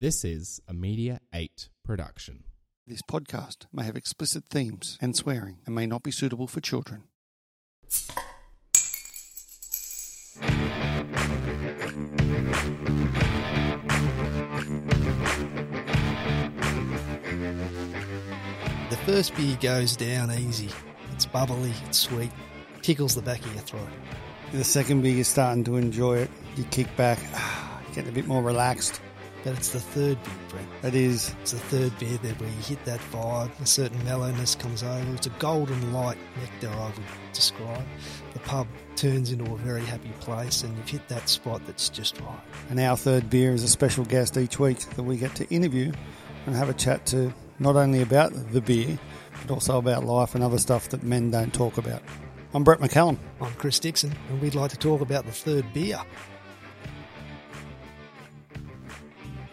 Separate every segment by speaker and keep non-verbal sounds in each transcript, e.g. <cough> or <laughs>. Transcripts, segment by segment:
Speaker 1: This is a Media 8 production.
Speaker 2: This podcast may have explicit themes and swearing and may not be suitable for children.
Speaker 3: The first beer goes down easy. It's bubbly, it's sweet, tickles the back of your throat.
Speaker 4: The second beer, you're starting to enjoy it. You kick back, ah, getting a bit more relaxed.
Speaker 3: But it's the third beer, Brent.
Speaker 4: That is,
Speaker 3: It's the third beer that where you hit that vibe, a certain mellowness comes over. It's a golden light nectar, I would describe. The pub turns into a very happy place, and you've hit that spot that's just right.
Speaker 4: and our third beer is a special guest each week that we get to interview and have a chat to not only about the beer, but also about life and other stuff that men don't talk about. I'm Brett McCallum.
Speaker 3: I'm Chris Dixon, and we'd like to talk about the third beer.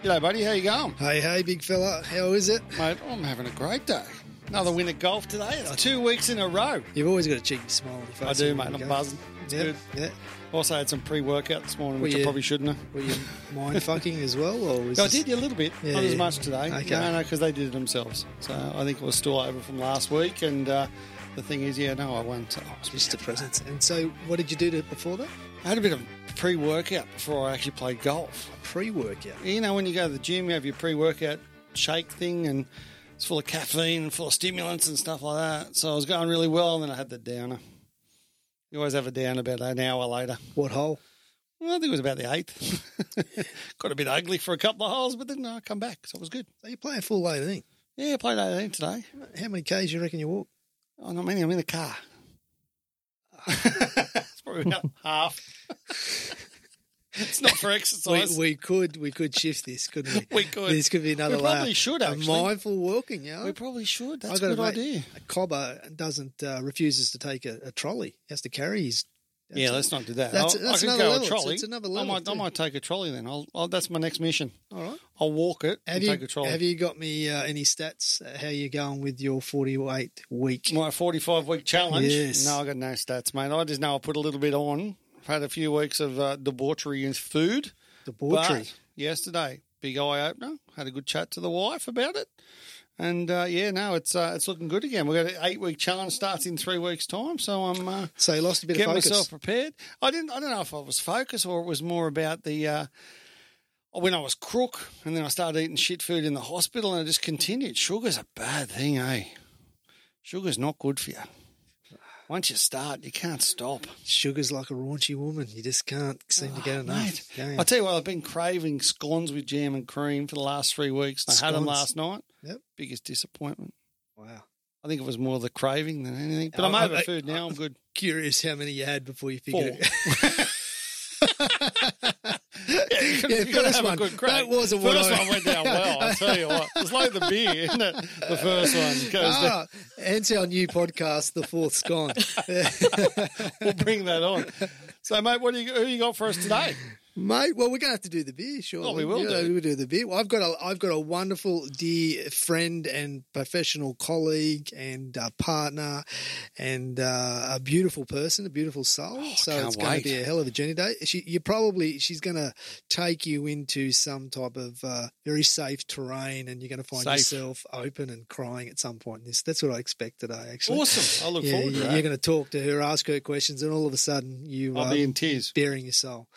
Speaker 2: G'day, buddy. How you going,
Speaker 3: Hey, hey, big fella, how is it?
Speaker 2: mate? I'm having a great day. Another win at golf today. It's two weeks in a row.
Speaker 3: You've always got a cheeky smile on your face.
Speaker 2: I do, mate. I'm buzzing. It's
Speaker 3: Yeah,
Speaker 2: good.
Speaker 3: yeah.
Speaker 2: Also had some pre-workout this morning, which
Speaker 3: Well,
Speaker 2: I
Speaker 3: yeah.
Speaker 2: probably shouldn't have.
Speaker 3: Were you mind fucking as well, or was
Speaker 2: No, I did yeah, a little bit,
Speaker 3: Yeah,
Speaker 2: not as
Speaker 3: yeah.
Speaker 2: much today.
Speaker 3: Okay.
Speaker 2: No, no, because they did it themselves. So I think it was still over from last week. And uh, the thing is, yeah, no, I won't. I was
Speaker 3: just a presence? And so, what did you do to, before that?
Speaker 2: I had a bit of pre-workout before I actually played golf.
Speaker 3: Pre-workout.
Speaker 2: You know, when you go to the gym, you have your pre-workout shake thing, and it's full of caffeine and full of stimulants and stuff like that. So I was going really well, and then I had the downer. You always have a down about an hour later.
Speaker 3: What hole?
Speaker 2: Well, I think it was about the eighth. <laughs> Got a bit ugly for a couple of holes, but then I come back, so it was good.
Speaker 3: So you're playing full 18.
Speaker 2: Yeah, I played eighteen today.
Speaker 3: How many Ks do you reckon you walk?
Speaker 2: Oh, not many. I'm in the car. <laughs> it's probably
Speaker 3: <laughs>
Speaker 2: about half. it's not for
Speaker 3: We,
Speaker 2: exercise.
Speaker 3: we could we could shift this, couldn't <laughs> we?
Speaker 2: We could.
Speaker 3: This could be another
Speaker 2: We probably
Speaker 3: layer.
Speaker 2: should,
Speaker 3: A
Speaker 2: actually.
Speaker 3: mindful walking, yeah.
Speaker 2: We probably should. That's
Speaker 3: I got
Speaker 2: a good
Speaker 3: mate,
Speaker 2: idea.
Speaker 3: A cobber doesn't uh, refuses to take a, a trolley. He has to carry his. that's
Speaker 2: yeah,
Speaker 3: it.
Speaker 2: let's not do that.
Speaker 3: That's-
Speaker 2: I'll-
Speaker 3: that's
Speaker 2: I can
Speaker 3: another
Speaker 2: go
Speaker 3: level.
Speaker 2: a
Speaker 3: It's-
Speaker 2: trolley.
Speaker 3: it's another
Speaker 2: I
Speaker 3: level
Speaker 2: might, I
Speaker 3: too.
Speaker 2: might take a trolley then. I'll, I'll, that's my next mission.
Speaker 3: All right.
Speaker 2: I'll walk it
Speaker 3: Have
Speaker 2: and
Speaker 3: you
Speaker 2: take a trolley.
Speaker 3: have you got me uh, any stats? Uh, how you going with your forty-eight week?
Speaker 2: my 45 week challenge.
Speaker 3: Yes.
Speaker 2: No, I got no stats, mate. I just know I put a little bit on. I've had a few weeks of uh, debauchery in food.
Speaker 3: Debauchery.
Speaker 2: But yesterday, big eye opener. Had a good chat to the wife about it, and uh, yeah, no, it's uh, it's looking good again. We've got an eight week challenge starts in three weeks' time, so I'm uh,
Speaker 3: So you lost a bit
Speaker 2: getting
Speaker 3: of focus.
Speaker 2: myself prepared. I didn't. I don't know if I was focused or it was more about the. Uh, when I was crook, and then I started eating shit food in the hospital, and I just continued. Sugar's a bad thing, eh? Sugar's not good for you. Once you start, you can't stop.
Speaker 3: Sugar's like a raunchy woman. You just can't seem to get
Speaker 2: Oh, Mate,
Speaker 3: enough. Damn.
Speaker 2: I tell you what, I've been craving scones with jam and cream for the last three weeks. and I had them
Speaker 3: Scones.
Speaker 2: last night.
Speaker 3: Yep.
Speaker 2: Biggest disappointment.
Speaker 3: wow.
Speaker 2: I think it was more the craving than anything. But
Speaker 3: I-
Speaker 2: I'm
Speaker 3: I-
Speaker 2: over
Speaker 3: I-
Speaker 2: food now. I'm good.
Speaker 3: Curious how many you had before you
Speaker 2: Four.
Speaker 3: figured it.
Speaker 2: Yeah, <laughs> you could,
Speaker 3: <laughs> Yeah,
Speaker 2: you gotta
Speaker 3: first
Speaker 2: have
Speaker 3: one.
Speaker 2: a good crack.
Speaker 3: That wasn't what
Speaker 2: first
Speaker 3: I-
Speaker 2: one went down well. I tell you what, it's like the beer, <laughs> isn't it? The first one goes down.
Speaker 3: <laughs> Ah, hence our new podcast, The Fourth's Gone. <laughs>
Speaker 2: We'll bring that on. So, mate, what do you who you got for us
Speaker 3: <laughs>
Speaker 2: today?
Speaker 3: Mate, well, we're going to have to do the beer, sure.
Speaker 2: Oh, we will do.
Speaker 3: We'll do the beer. Well, I've got a, I've got a wonderful dear friend and professional colleague and uh, partner, and uh, a beautiful person, a beautiful soul. so
Speaker 2: Oh, can't
Speaker 3: it's going
Speaker 2: wait.
Speaker 3: to be a hell of a journey day. She, you probably she's going to take you into some type of uh, very safe terrain, and you're going to find
Speaker 2: Safe.
Speaker 3: yourself open and crying at some point. in This that's what I expect today. Actually,
Speaker 2: Awesome. I look
Speaker 3: Yeah,
Speaker 2: forward to
Speaker 3: you-
Speaker 2: that.
Speaker 3: you're going to talk to her, ask her questions, and all of a sudden you
Speaker 2: I'll
Speaker 3: um,
Speaker 2: be in tears.
Speaker 3: bearing your soul.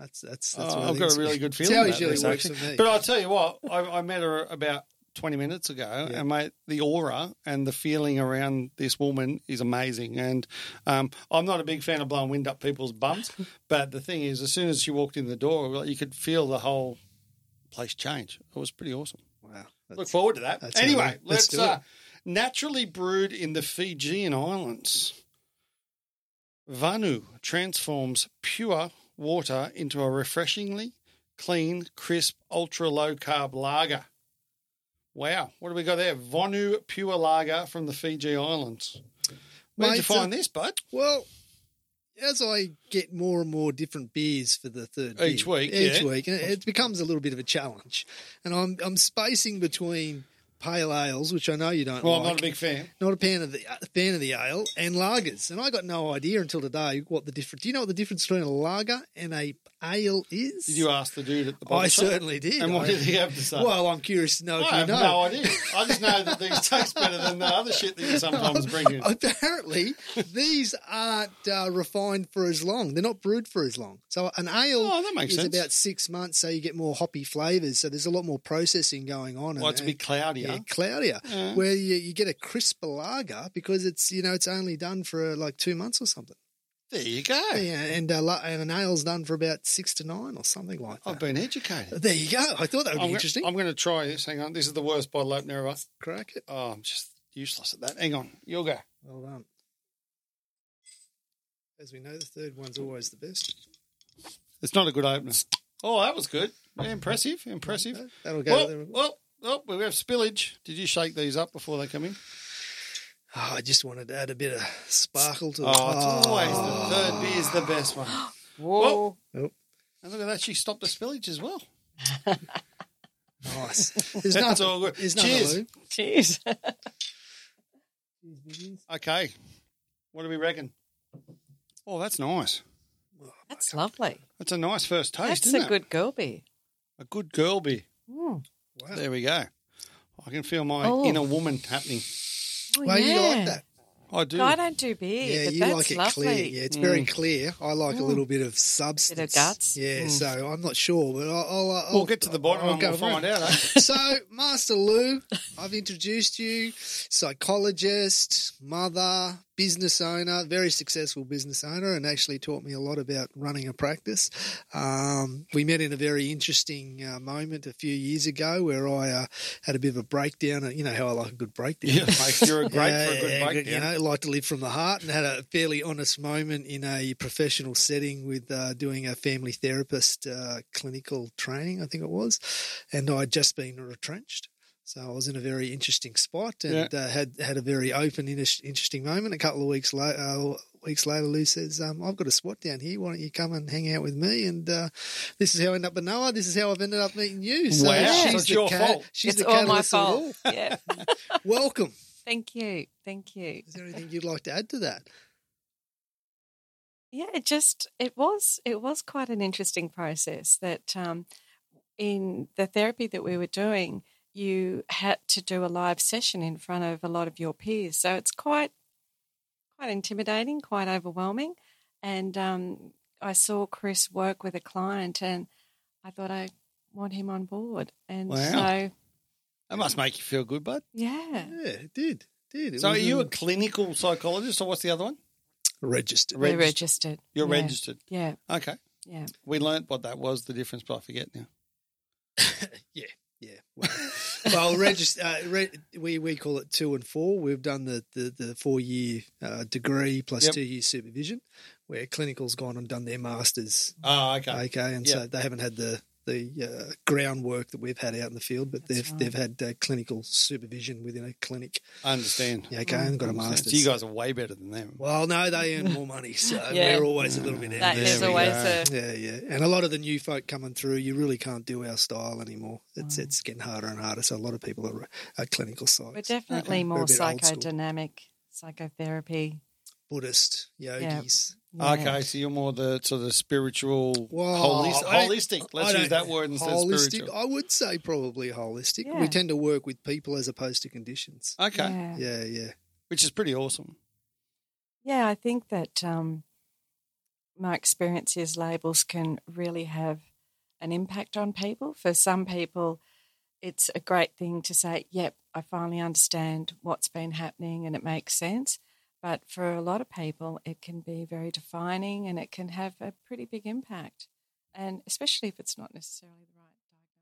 Speaker 3: That's that's that's.
Speaker 2: Oh,
Speaker 3: what I
Speaker 2: I've
Speaker 3: think
Speaker 2: got
Speaker 3: it's-
Speaker 2: a really good
Speaker 3: it's
Speaker 2: feeling.
Speaker 3: how it
Speaker 2: about
Speaker 3: usually
Speaker 2: this,
Speaker 3: works
Speaker 2: actually.
Speaker 3: for
Speaker 2: <laughs>
Speaker 3: me.
Speaker 2: But I'll tell you what, I, I met her about 20 minutes ago,
Speaker 3: Yeah.
Speaker 2: and mate, the aura and the feeling around this woman is amazing. And um, I'm not a big fan of blowing wind up people's
Speaker 3: <laughs>
Speaker 2: bums, but the thing is, as soon as she walked in the door, like, you could feel the whole place change. It was pretty awesome.
Speaker 3: wow,
Speaker 2: Look
Speaker 3: that's-
Speaker 2: forward to that.
Speaker 3: that's how we-
Speaker 2: Anyway,
Speaker 3: let's
Speaker 2: let's,
Speaker 3: do
Speaker 2: uh,
Speaker 3: it.
Speaker 2: naturally brewed in the Fijian Islands. Vanu transforms pure water into a refreshingly clean, crisp, ultra low carb lager. Wow, what do we got there? Vanu Pure Lager from the Fiji Islands. Where did you
Speaker 3: Mate, uh,
Speaker 2: find this, bud?
Speaker 3: well, as I get more and more different beers for the third
Speaker 2: Each
Speaker 3: beer,
Speaker 2: week,
Speaker 3: each
Speaker 2: yeah.
Speaker 3: week, and it it becomes a little bit of a challenge, and I'm I'm spacing between pale ales, which I know you don't
Speaker 2: Well, I'm
Speaker 3: like.
Speaker 2: not a big fan.
Speaker 3: Not a fan of the uh, fan of the ale and lagers, and I got no idea until today what the difference. Do you know what the difference between a lager and a ale is?
Speaker 2: Did you ask the dude at the bottle
Speaker 3: I
Speaker 2: shop?
Speaker 3: certainly did.
Speaker 2: And what
Speaker 3: I-
Speaker 2: did he have to say?
Speaker 3: Well, I'm curious to know if
Speaker 2: I
Speaker 3: you
Speaker 2: have
Speaker 3: know.
Speaker 2: no idea. I just know that these taste better than the other shit that you sometimes bring in. <laughs>
Speaker 3: Apparently, these aren't uh, refined for as long. They're not brewed for as long. So an ale
Speaker 2: Oh, that makes
Speaker 3: is
Speaker 2: sense.
Speaker 3: about six months, so you get more hoppy flavours. So there's a lot more processing going on.
Speaker 2: Well, it's a bit cloudier.
Speaker 3: yeah, cloudier. Where you, you get a crisper lager because it's you know it's only done for uh, like two months or something.
Speaker 2: There you go.
Speaker 3: Yeah, and uh, la- and an ale's done for about six to nine or something like that.
Speaker 2: I've been educated.
Speaker 3: there you go. I thought that would be
Speaker 2: I'm go-
Speaker 3: interesting.
Speaker 2: I'm going to try this. Hang on. This is the worst bottle opener ever.
Speaker 3: Crack it.
Speaker 2: Oh, I'm just useless at that. Hang on. You'll go.
Speaker 3: Well done. As we know, the third one's always the best.
Speaker 2: It's not a good opener. Oh, that was good. Impressive. Impressive.
Speaker 3: That'll go.
Speaker 2: Well,
Speaker 3: there.
Speaker 2: well, well, we have spillage. Did you shake these up before they come in?
Speaker 3: Oh, I just wanted to add a bit of sparkle to
Speaker 2: Oh,
Speaker 3: it.
Speaker 2: it's always the third beer is the best <gasps> one.
Speaker 5: Whoa.
Speaker 3: Oh,
Speaker 2: And look at that. She stopped the spillage as well.
Speaker 3: nice.
Speaker 2: <laughs>
Speaker 3: There's
Speaker 2: That's
Speaker 3: nothing.
Speaker 2: all good.
Speaker 3: There's nothing.
Speaker 2: Cheers.
Speaker 3: Lou. <laughs>
Speaker 5: Cheers.
Speaker 2: Okay. What do we reckon? Oh, that's nice.
Speaker 5: That's lovely.
Speaker 2: That's a nice first taste,
Speaker 5: That's
Speaker 2: isn't
Speaker 5: a
Speaker 2: it?
Speaker 5: good girl beer.
Speaker 2: a good girl beer.
Speaker 5: Mm.
Speaker 3: Wow.
Speaker 2: There we go. I can feel my
Speaker 5: Oh.
Speaker 2: inner woman happening.
Speaker 5: Oh,
Speaker 3: Well, you
Speaker 5: yeah.
Speaker 3: like that?
Speaker 2: I do.
Speaker 5: No, I don't do beer,
Speaker 3: Yeah,
Speaker 5: but
Speaker 3: you
Speaker 5: that's
Speaker 3: like it
Speaker 5: lovely. Mm.
Speaker 3: clear. Yeah, it's very clear. I like a little bit of substance.
Speaker 5: guts.
Speaker 3: Yeah, so I'm not sure, but I'll. I'll, I'll
Speaker 2: Mm. we'll get to the bottom
Speaker 3: I'll
Speaker 2: and we'll
Speaker 3: go
Speaker 2: find
Speaker 3: around.
Speaker 2: out. Eh?
Speaker 3: <laughs> so, Master Lou, I've introduced you, psychologist, mother, business owner, very successful business owner, and actually taught me a lot about running a practice. Um, we met in a very interesting uh, moment a few years ago where I uh, had a bit of a breakdown. You know how I like a good breakdown.
Speaker 2: Yeah, mate, you're a great for a good
Speaker 3: Yeah,
Speaker 2: breakdown.
Speaker 3: You know, like to live from the heart and had a fairly honest moment in a professional setting with uh, doing a family therapist uh, clinical training, I think it was. And I'd just been retrenched. So I was in a very interesting spot and uh, had had a very open, inter- interesting moment. A couple of weeks later, uh, weeks later, Lou says, um, "I've got a spot down here. Why don't you come and hang out with me?" And uh, this is how I ended up with Noah. This is how I've ended up meeting you. So
Speaker 2: Wow.
Speaker 3: she's
Speaker 2: So it's
Speaker 3: the
Speaker 2: your
Speaker 3: cat-
Speaker 2: fault.
Speaker 3: She's
Speaker 5: it's
Speaker 3: the
Speaker 5: all my
Speaker 3: catalyst of it
Speaker 5: fault.
Speaker 3: <laughs>
Speaker 5: <laughs> yeah.
Speaker 3: all. Welcome.
Speaker 5: Thank you. Thank you.
Speaker 3: Is there anything you'd like to add to that?
Speaker 5: Yeah, it just it was it was quite an interesting process that um, in the therapy that we were doing, you had to do a live session in front of a lot of your peers. So it's quite quite intimidating, quite overwhelming. And um, I saw Chris work with a client, and I thought I want him on board. And
Speaker 2: Wow.
Speaker 5: so
Speaker 2: That must make you feel good, bud.
Speaker 5: yeah,
Speaker 3: Yeah, it did. Did it
Speaker 2: So, are
Speaker 3: was,
Speaker 2: you a
Speaker 3: um,
Speaker 2: clinical psychologist, or what's the other one?
Speaker 3: registered?
Speaker 5: we're
Speaker 2: Regist-
Speaker 5: registered.
Speaker 2: You're
Speaker 5: Yeah.
Speaker 2: registered.
Speaker 5: Yeah,
Speaker 2: Okay.
Speaker 5: yeah.
Speaker 2: We learnt what that was, the difference, but I forget now.
Speaker 3: Yeah. <laughs> Well, well register. Uh, re- we we call it two and four. We've done the the, the four year uh, degree plus
Speaker 2: Yep.
Speaker 3: two year supervision, where clinical's gone and done their masters.
Speaker 2: Oh, okay.
Speaker 3: Okay, and so
Speaker 2: Yeah.
Speaker 3: they haven't had the the uh, groundwork that we've had out in the field, but
Speaker 5: That's
Speaker 3: they've
Speaker 5: right.
Speaker 3: they've had uh, clinical supervision within a clinic.
Speaker 2: I understand.
Speaker 3: Yeah, Okay, and got a
Speaker 2: Understand.
Speaker 3: master's.
Speaker 2: So you guys are way better than them.
Speaker 3: Well, no, they earn more money, so
Speaker 5: <laughs> Yeah.
Speaker 3: we're always a little bit out
Speaker 5: That
Speaker 3: there.
Speaker 5: is
Speaker 2: we
Speaker 5: always
Speaker 2: go.
Speaker 5: a
Speaker 3: Yeah, yeah. And a lot of the new folk coming through, you really can't do our style anymore. It's it's getting harder and harder. So a lot of people are, are clinical
Speaker 5: Mm. We're
Speaker 3: sites,
Speaker 5: definitely
Speaker 3: We're a
Speaker 5: more
Speaker 3: bit old school.
Speaker 5: psychodynamic psychotherapy.
Speaker 3: Buddhist, yogis.
Speaker 5: Yeah.
Speaker 2: Okay, so you're more the sort of spiritual,
Speaker 3: Well,
Speaker 2: holis-
Speaker 3: I-
Speaker 2: holistic.
Speaker 3: I
Speaker 2: Let's
Speaker 3: don't-
Speaker 2: use that word instead of
Speaker 3: holistic.
Speaker 2: spiritual.
Speaker 3: I would say probably holistic. We
Speaker 5: Yeah.
Speaker 3: tend to work with people as opposed to conditions.
Speaker 2: Okay,
Speaker 5: Yeah.
Speaker 3: Yeah, yeah.
Speaker 2: which is pretty awesome.
Speaker 5: Yeah, I think that um, my experience is labels can really have an impact on people. For some people, it's a great thing to say, yep, I finally understand what's been happening and it makes sense. But for a lot of people, it can be very defining and it can have a pretty big impact. And especially if it's not necessarily the right diagnosis.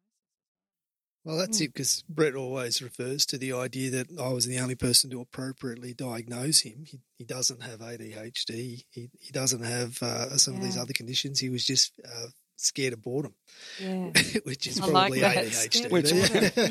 Speaker 3: Well, that's
Speaker 5: Mm.
Speaker 3: it because Brett always refers to the idea that I was the only person to appropriately diagnose him. He, he doesn't have ADHD. He, he doesn't have uh, some of these
Speaker 5: Yeah.
Speaker 3: other conditions. He was just uh, scared of boredom, <laughs>
Speaker 5: Yeah.
Speaker 3: which is
Speaker 5: I like
Speaker 3: probably
Speaker 5: that.
Speaker 3: ADHD.
Speaker 5: <laughs>
Speaker 2: Which-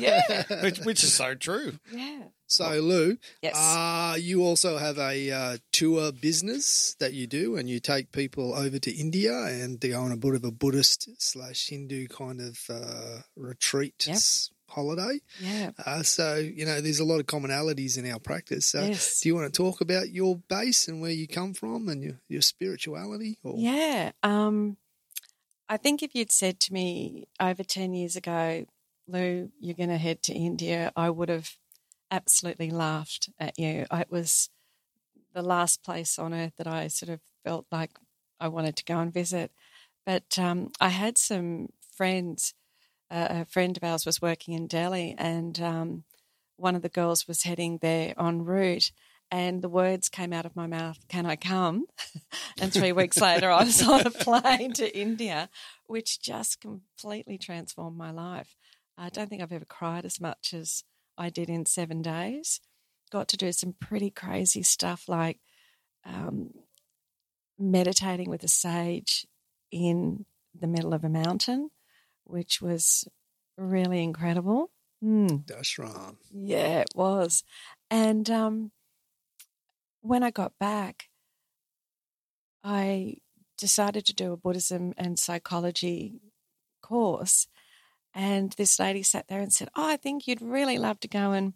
Speaker 2: <laughs>
Speaker 5: Yeah.
Speaker 2: Which, which is so true.
Speaker 5: Yeah.
Speaker 3: <laughs> so, Lou,
Speaker 5: Yes.
Speaker 3: uh, you also have a uh, tour business that you do, and you take people over to India and they go on a bit of a Buddhist slash Hindu kind of uh, retreat
Speaker 5: Yep.
Speaker 3: holiday.
Speaker 5: Yeah.
Speaker 3: Uh, so, you know, there's a lot of commonalities in our practice. So,
Speaker 5: Yes.
Speaker 3: do you want to talk about your base and where you come from and your, your spirituality? Or,
Speaker 5: Yeah. Um, I think if you'd said to me over 10 years ago, Lou, you're going to head to India, I would have absolutely laughed at you. I- It was the last place on earth that I sort of felt like I wanted to go and visit. But um, I had some friends. Uh, a friend of ours was working in Delhi, and um, one of the girls was heading there en route. And the words came out of my mouth, Can I come? <laughs> and three weeks later, I was <laughs> on a plane to India, which just completely transformed my life. I don't think I've ever cried as much as I did in seven days. Got to do some pretty crazy stuff like um, meditating with a sage in the middle of a mountain, which was really incredible. Mm.
Speaker 3: Dashram.
Speaker 5: Yeah, it was. And um, when I got back, I decided to do a Buddhism and psychology course. And this lady sat there and said, Oh, I think you'd really love to go and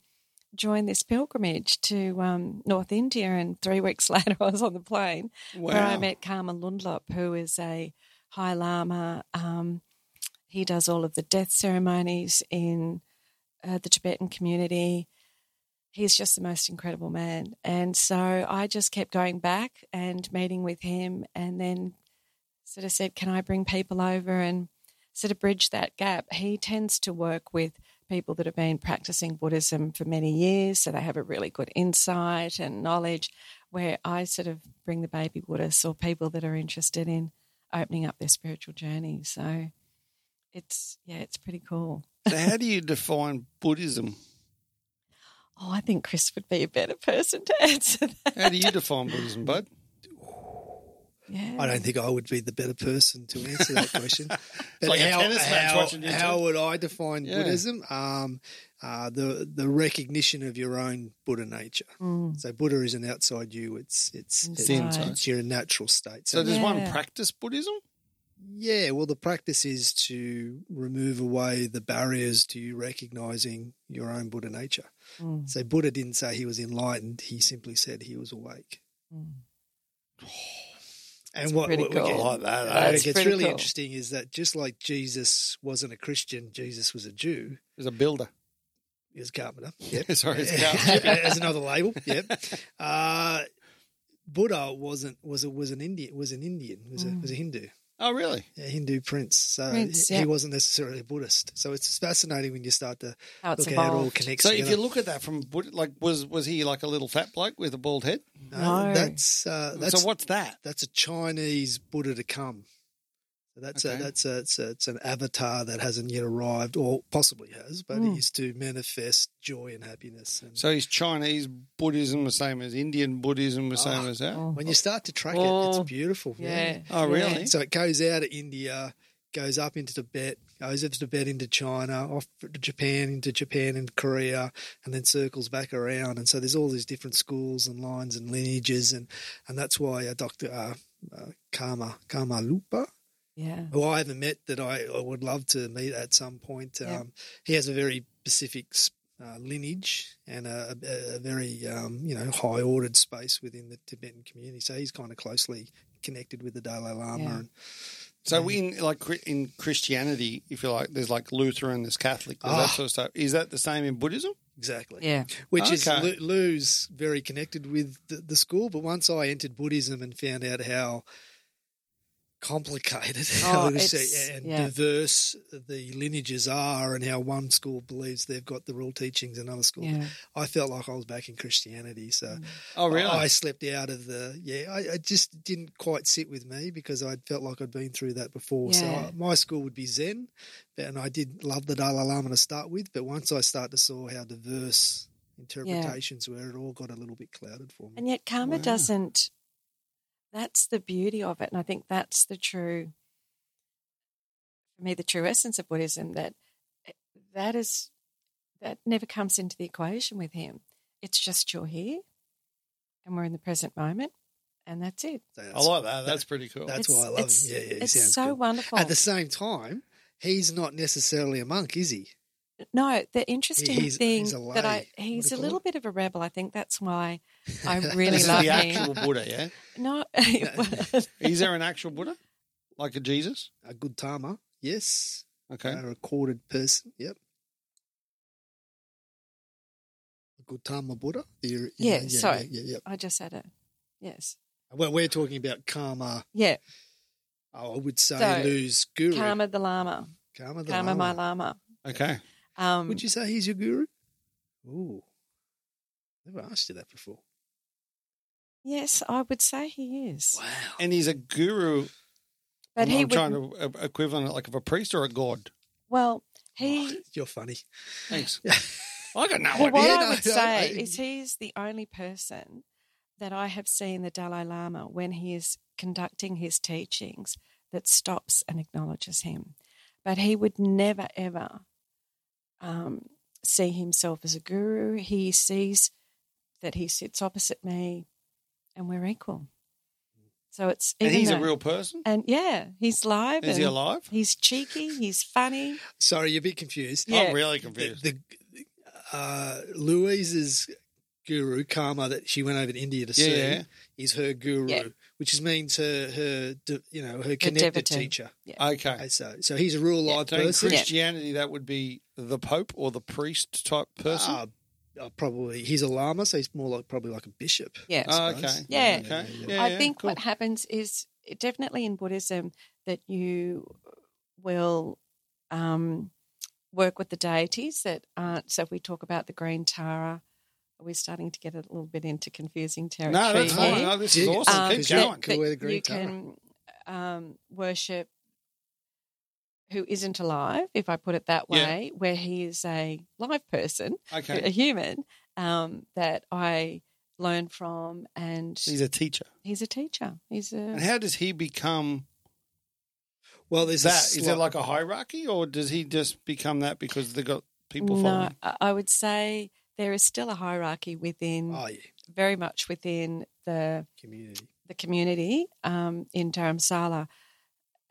Speaker 5: join this pilgrimage to um, North India. And three weeks <laughs> later, I was on the plane where I met Karma Lundlop, who is a High Lama. Um, he does all of the death ceremonies in uh, the Tibetan community. He's just the most incredible man. And so I just kept going back and meeting with him and then sort of said, Can I bring people over and sort of bridge that gap? He tends to work with people that have been practicing Buddhism for many years, so they have a really good insight and knowledge where I sort of bring the baby Buddhists or people that are interested in opening up their spiritual journey. So it's, yeah, it's pretty cool.
Speaker 2: So how do you define Buddhism?
Speaker 5: Oh, I think Chris would be a better person to <laughs> answer that.
Speaker 2: How do you define Buddhism, bud?
Speaker 5: Yeah.
Speaker 3: I don't think I would be the better person to answer that
Speaker 5: <laughs>
Speaker 3: question. But
Speaker 2: like a
Speaker 3: how,
Speaker 2: tennis match
Speaker 3: how,
Speaker 2: watching YouTube.
Speaker 3: how would I define
Speaker 2: Yeah.
Speaker 3: Buddhism? Um, uh, the the recognition of your own Buddha nature.
Speaker 5: Mm.
Speaker 3: So Buddha isn't outside you. It's it's it's,
Speaker 5: Inside.
Speaker 3: it's your natural state.
Speaker 2: So
Speaker 3: So
Speaker 2: there's one
Speaker 5: Yeah.
Speaker 2: practice Buddhism.
Speaker 3: yeah, well, the practice is to remove away the barriers to you recognizing your own Buddha nature.
Speaker 5: Mm.
Speaker 3: So Buddha didn't say he was enlightened. He simply said he was awake.
Speaker 5: Mm.
Speaker 3: And
Speaker 5: That's
Speaker 3: what,
Speaker 5: pretty
Speaker 3: what we
Speaker 5: cool.
Speaker 3: get-
Speaker 5: I like
Speaker 2: that.
Speaker 3: what
Speaker 5: That's
Speaker 3: gets
Speaker 5: pretty
Speaker 3: really
Speaker 5: cool.
Speaker 3: interesting is that just like Jesus wasn't a Christian, Jesus was a Jew.
Speaker 2: There's a builder.
Speaker 3: He was a carpenter. <laughs> Yep.
Speaker 2: <laughs> Sorry, it's a
Speaker 3: Yep,
Speaker 2: carpenter.
Speaker 3: <laughs> as another label. Yep. Uh, Buddha wasn't was a, was an Indian was an Indian was a,
Speaker 5: Mm.
Speaker 3: was a Hindu
Speaker 2: Oh, really?
Speaker 3: a Hindu prince. So
Speaker 5: Prince,
Speaker 3: he,
Speaker 5: yeah.
Speaker 3: he wasn't necessarily a Buddhist. So it's fascinating when you start to
Speaker 5: How it's
Speaker 3: look at how it all
Speaker 5: evolved.
Speaker 3: connects.
Speaker 2: So if
Speaker 3: together.
Speaker 2: you look at that from Buddha, like, was was he like a little fat bloke with a bald head?
Speaker 5: No.
Speaker 3: that's uh, that's
Speaker 2: so what's that?
Speaker 3: that's a Chinese Buddha to come. So that's
Speaker 2: Okay.
Speaker 3: a, that's a, it's, a, it's an avatar that hasn't yet arrived, or possibly has, but
Speaker 5: Mm.
Speaker 3: it is to manifest joy and happiness. And
Speaker 2: Hmm. So is Chinese Buddhism the same as Indian Buddhism the same
Speaker 3: Oh.
Speaker 2: as that?
Speaker 5: Oh.
Speaker 3: when you start to track it,
Speaker 5: Oh.
Speaker 3: it's beautiful.
Speaker 5: yeah.
Speaker 2: Oh, really?
Speaker 3: So it goes out of India, goes up into Tibet, goes into Tibet into China, off to Japan into Japan and Korea, and then circles back around. And so there's all these different schools and lines and lineages, and and that's why uh, Doctor uh, uh, Karma Karma Lupa,
Speaker 5: Yeah.
Speaker 3: who I haven't met that I, I would love to meet at some point. Um,
Speaker 5: Yeah.
Speaker 3: He has a very specific uh, lineage and a, a, a very um, you know high ordered space within the Tibetan community. So he's kind of closely connected with the Dalai Lama.
Speaker 5: Yeah.
Speaker 3: And
Speaker 2: So in like Chri- in Christianity, if you like, there's like Lutheran, there's Catholic, there's that
Speaker 3: Ah.
Speaker 2: sort of stuff. Is that the same in Buddhism?
Speaker 3: exactly.
Speaker 5: Yeah.
Speaker 3: Which is
Speaker 2: Okay.
Speaker 3: Lou- Lou's very connected with the, the school. But once I entered Buddhism and found out how complicated <laughs> how
Speaker 5: Oh,
Speaker 3: to say,
Speaker 5: it's-
Speaker 3: and
Speaker 5: yeah.
Speaker 3: diverse the lineages are, and how one school believes they've got the real teachings, and another school
Speaker 5: Yeah. Mm.
Speaker 3: I felt like I was back in Christianity. So
Speaker 2: Oh, really?
Speaker 3: I, I slept out of the, yeah, I, I just didn't quite sit with me because I felt like I'd been through that before. So
Speaker 5: Yeah.
Speaker 3: I, my school would be Zen, but, and I did love the Dalai Lama to start with. But once I started to saw how diverse interpretations were, it all got a little bit clouded for me.
Speaker 5: And yet, karma
Speaker 2: Wow.
Speaker 5: doesn't. That's the beauty of it, and I think that's the true, for me, the true essence of Buddhism. That eh, that is that never comes into the equation with him. It's just you're here, and we're in the present moment, and that's it.
Speaker 3: So
Speaker 2: I
Speaker 3: that's-
Speaker 2: like that.
Speaker 3: <laughs>
Speaker 2: That's pretty cool.
Speaker 3: That's why I love him.
Speaker 5: it's-
Speaker 3: Yeah, yeah, he
Speaker 5: it's
Speaker 3: sounds
Speaker 5: so
Speaker 3: good.
Speaker 5: wonderful.
Speaker 3: At the same time, he's not necessarily a monk, is he?
Speaker 5: No, the interesting
Speaker 3: He's-
Speaker 5: thing
Speaker 3: he's a lay.
Speaker 5: that I
Speaker 3: What do you
Speaker 5: he's a
Speaker 3: call
Speaker 5: little
Speaker 3: it?
Speaker 5: bit of a rebel. I think that's why
Speaker 3: <laughs>
Speaker 5: I really
Speaker 2: This
Speaker 5: love
Speaker 2: is the
Speaker 5: him.
Speaker 2: actual Buddha, yeah?
Speaker 5: No, <laughs>
Speaker 2: Is there an actual Buddha? Like a Jesus?
Speaker 3: A good Tama, yes.
Speaker 2: Okay.
Speaker 3: A recorded person, yep. A good Tama Buddha. the-
Speaker 5: Yeah, sorry.
Speaker 3: Yeah, yeah, yeah.
Speaker 5: I just said it. Yes.
Speaker 3: Well, we're talking about karma. Oh,
Speaker 5: Yeah.
Speaker 3: I would say
Speaker 5: So,
Speaker 3: lose guru.
Speaker 5: Karma the Lama.
Speaker 3: Karma, the
Speaker 5: Karma
Speaker 3: Lama.
Speaker 5: my Lama.
Speaker 2: Okay.
Speaker 5: Um,
Speaker 3: Would you say he's your guru? Ooh. Never asked you that before.
Speaker 5: Yes, I would say he is.
Speaker 3: Wow.
Speaker 2: And he's a guru.
Speaker 5: But
Speaker 2: I'm,
Speaker 5: he
Speaker 2: I'm
Speaker 5: would.
Speaker 2: trying to uh, equivalent it like of a priest or a god.
Speaker 5: Well,
Speaker 3: Oh,
Speaker 5: he.
Speaker 3: you're funny.
Speaker 2: Thanks.
Speaker 3: Yeah.
Speaker 2: I got no
Speaker 5: Well,
Speaker 2: idea.
Speaker 5: what
Speaker 3: Yeah,
Speaker 5: I
Speaker 3: no,
Speaker 5: would
Speaker 3: no,
Speaker 5: say
Speaker 3: I-
Speaker 5: is he's the only person that I have seen the Dalai Lama when he is conducting his teachings that stops and acknowledges him. But he would never ever um, see himself as a guru. He sees that he sits opposite me, and we're equal. So it's
Speaker 2: And
Speaker 5: even
Speaker 2: he's a
Speaker 5: though-
Speaker 2: real person.
Speaker 5: and yeah, he's live.
Speaker 2: Is he
Speaker 5: and
Speaker 2: alive?
Speaker 5: He's cheeky. He's funny.
Speaker 3: Sorry, you're a bit confused.
Speaker 5: Yeah.
Speaker 2: I'm really
Speaker 3: The,
Speaker 2: confused.
Speaker 3: the uh, Louise's guru karma that she went over to India to
Speaker 2: Yeah,
Speaker 3: see
Speaker 2: yeah.
Speaker 3: is her guru,
Speaker 5: Yeah.
Speaker 3: which is means her her de- you know her connected
Speaker 5: devotee.
Speaker 3: teacher.
Speaker 2: Okay.
Speaker 3: Okay, so so he's a real life
Speaker 2: So in
Speaker 3: person.
Speaker 2: Christianity, that would be the Pope or the priest type person.
Speaker 3: Ah, uh, probably he's a lama, so he's more like probably like a bishop.
Speaker 5: Yeah.
Speaker 3: I
Speaker 2: Oh,
Speaker 3: suppose.
Speaker 2: okay.
Speaker 5: Yeah.
Speaker 2: Okay.
Speaker 3: yeah,
Speaker 2: Yeah,
Speaker 5: I
Speaker 2: yeah,
Speaker 5: think
Speaker 2: cool.
Speaker 5: what happens is definitely in Buddhism that you will um, work with the deities that aren't. So if we talk about the green Tara, we're starting to get a little bit into confusing territory.
Speaker 2: No, that's
Speaker 5: here.
Speaker 2: fine. No, this is
Speaker 3: Yeah.
Speaker 2: awesome.
Speaker 3: Um,
Speaker 2: Keep
Speaker 3: Because
Speaker 2: going.
Speaker 3: Could wear the green
Speaker 5: you can um, worship who isn't alive, if I put it that
Speaker 2: Yeah.
Speaker 5: way, where he is a live person, a
Speaker 2: Okay.
Speaker 5: human um, that I learn from, and
Speaker 2: He's a teacher.
Speaker 5: he's a teacher. He's
Speaker 2: And
Speaker 5: a
Speaker 2: how does he become
Speaker 3: Well, there's
Speaker 2: that?
Speaker 3: a
Speaker 2: Is there
Speaker 3: slight-
Speaker 2: like a hierarchy, or does he just become that because they got people
Speaker 5: no.
Speaker 2: following?
Speaker 5: I I would say there is still a hierarchy within,
Speaker 2: Ah.
Speaker 3: oh yeah
Speaker 5: very much within the
Speaker 3: community.
Speaker 5: the community um, in Dharamsala.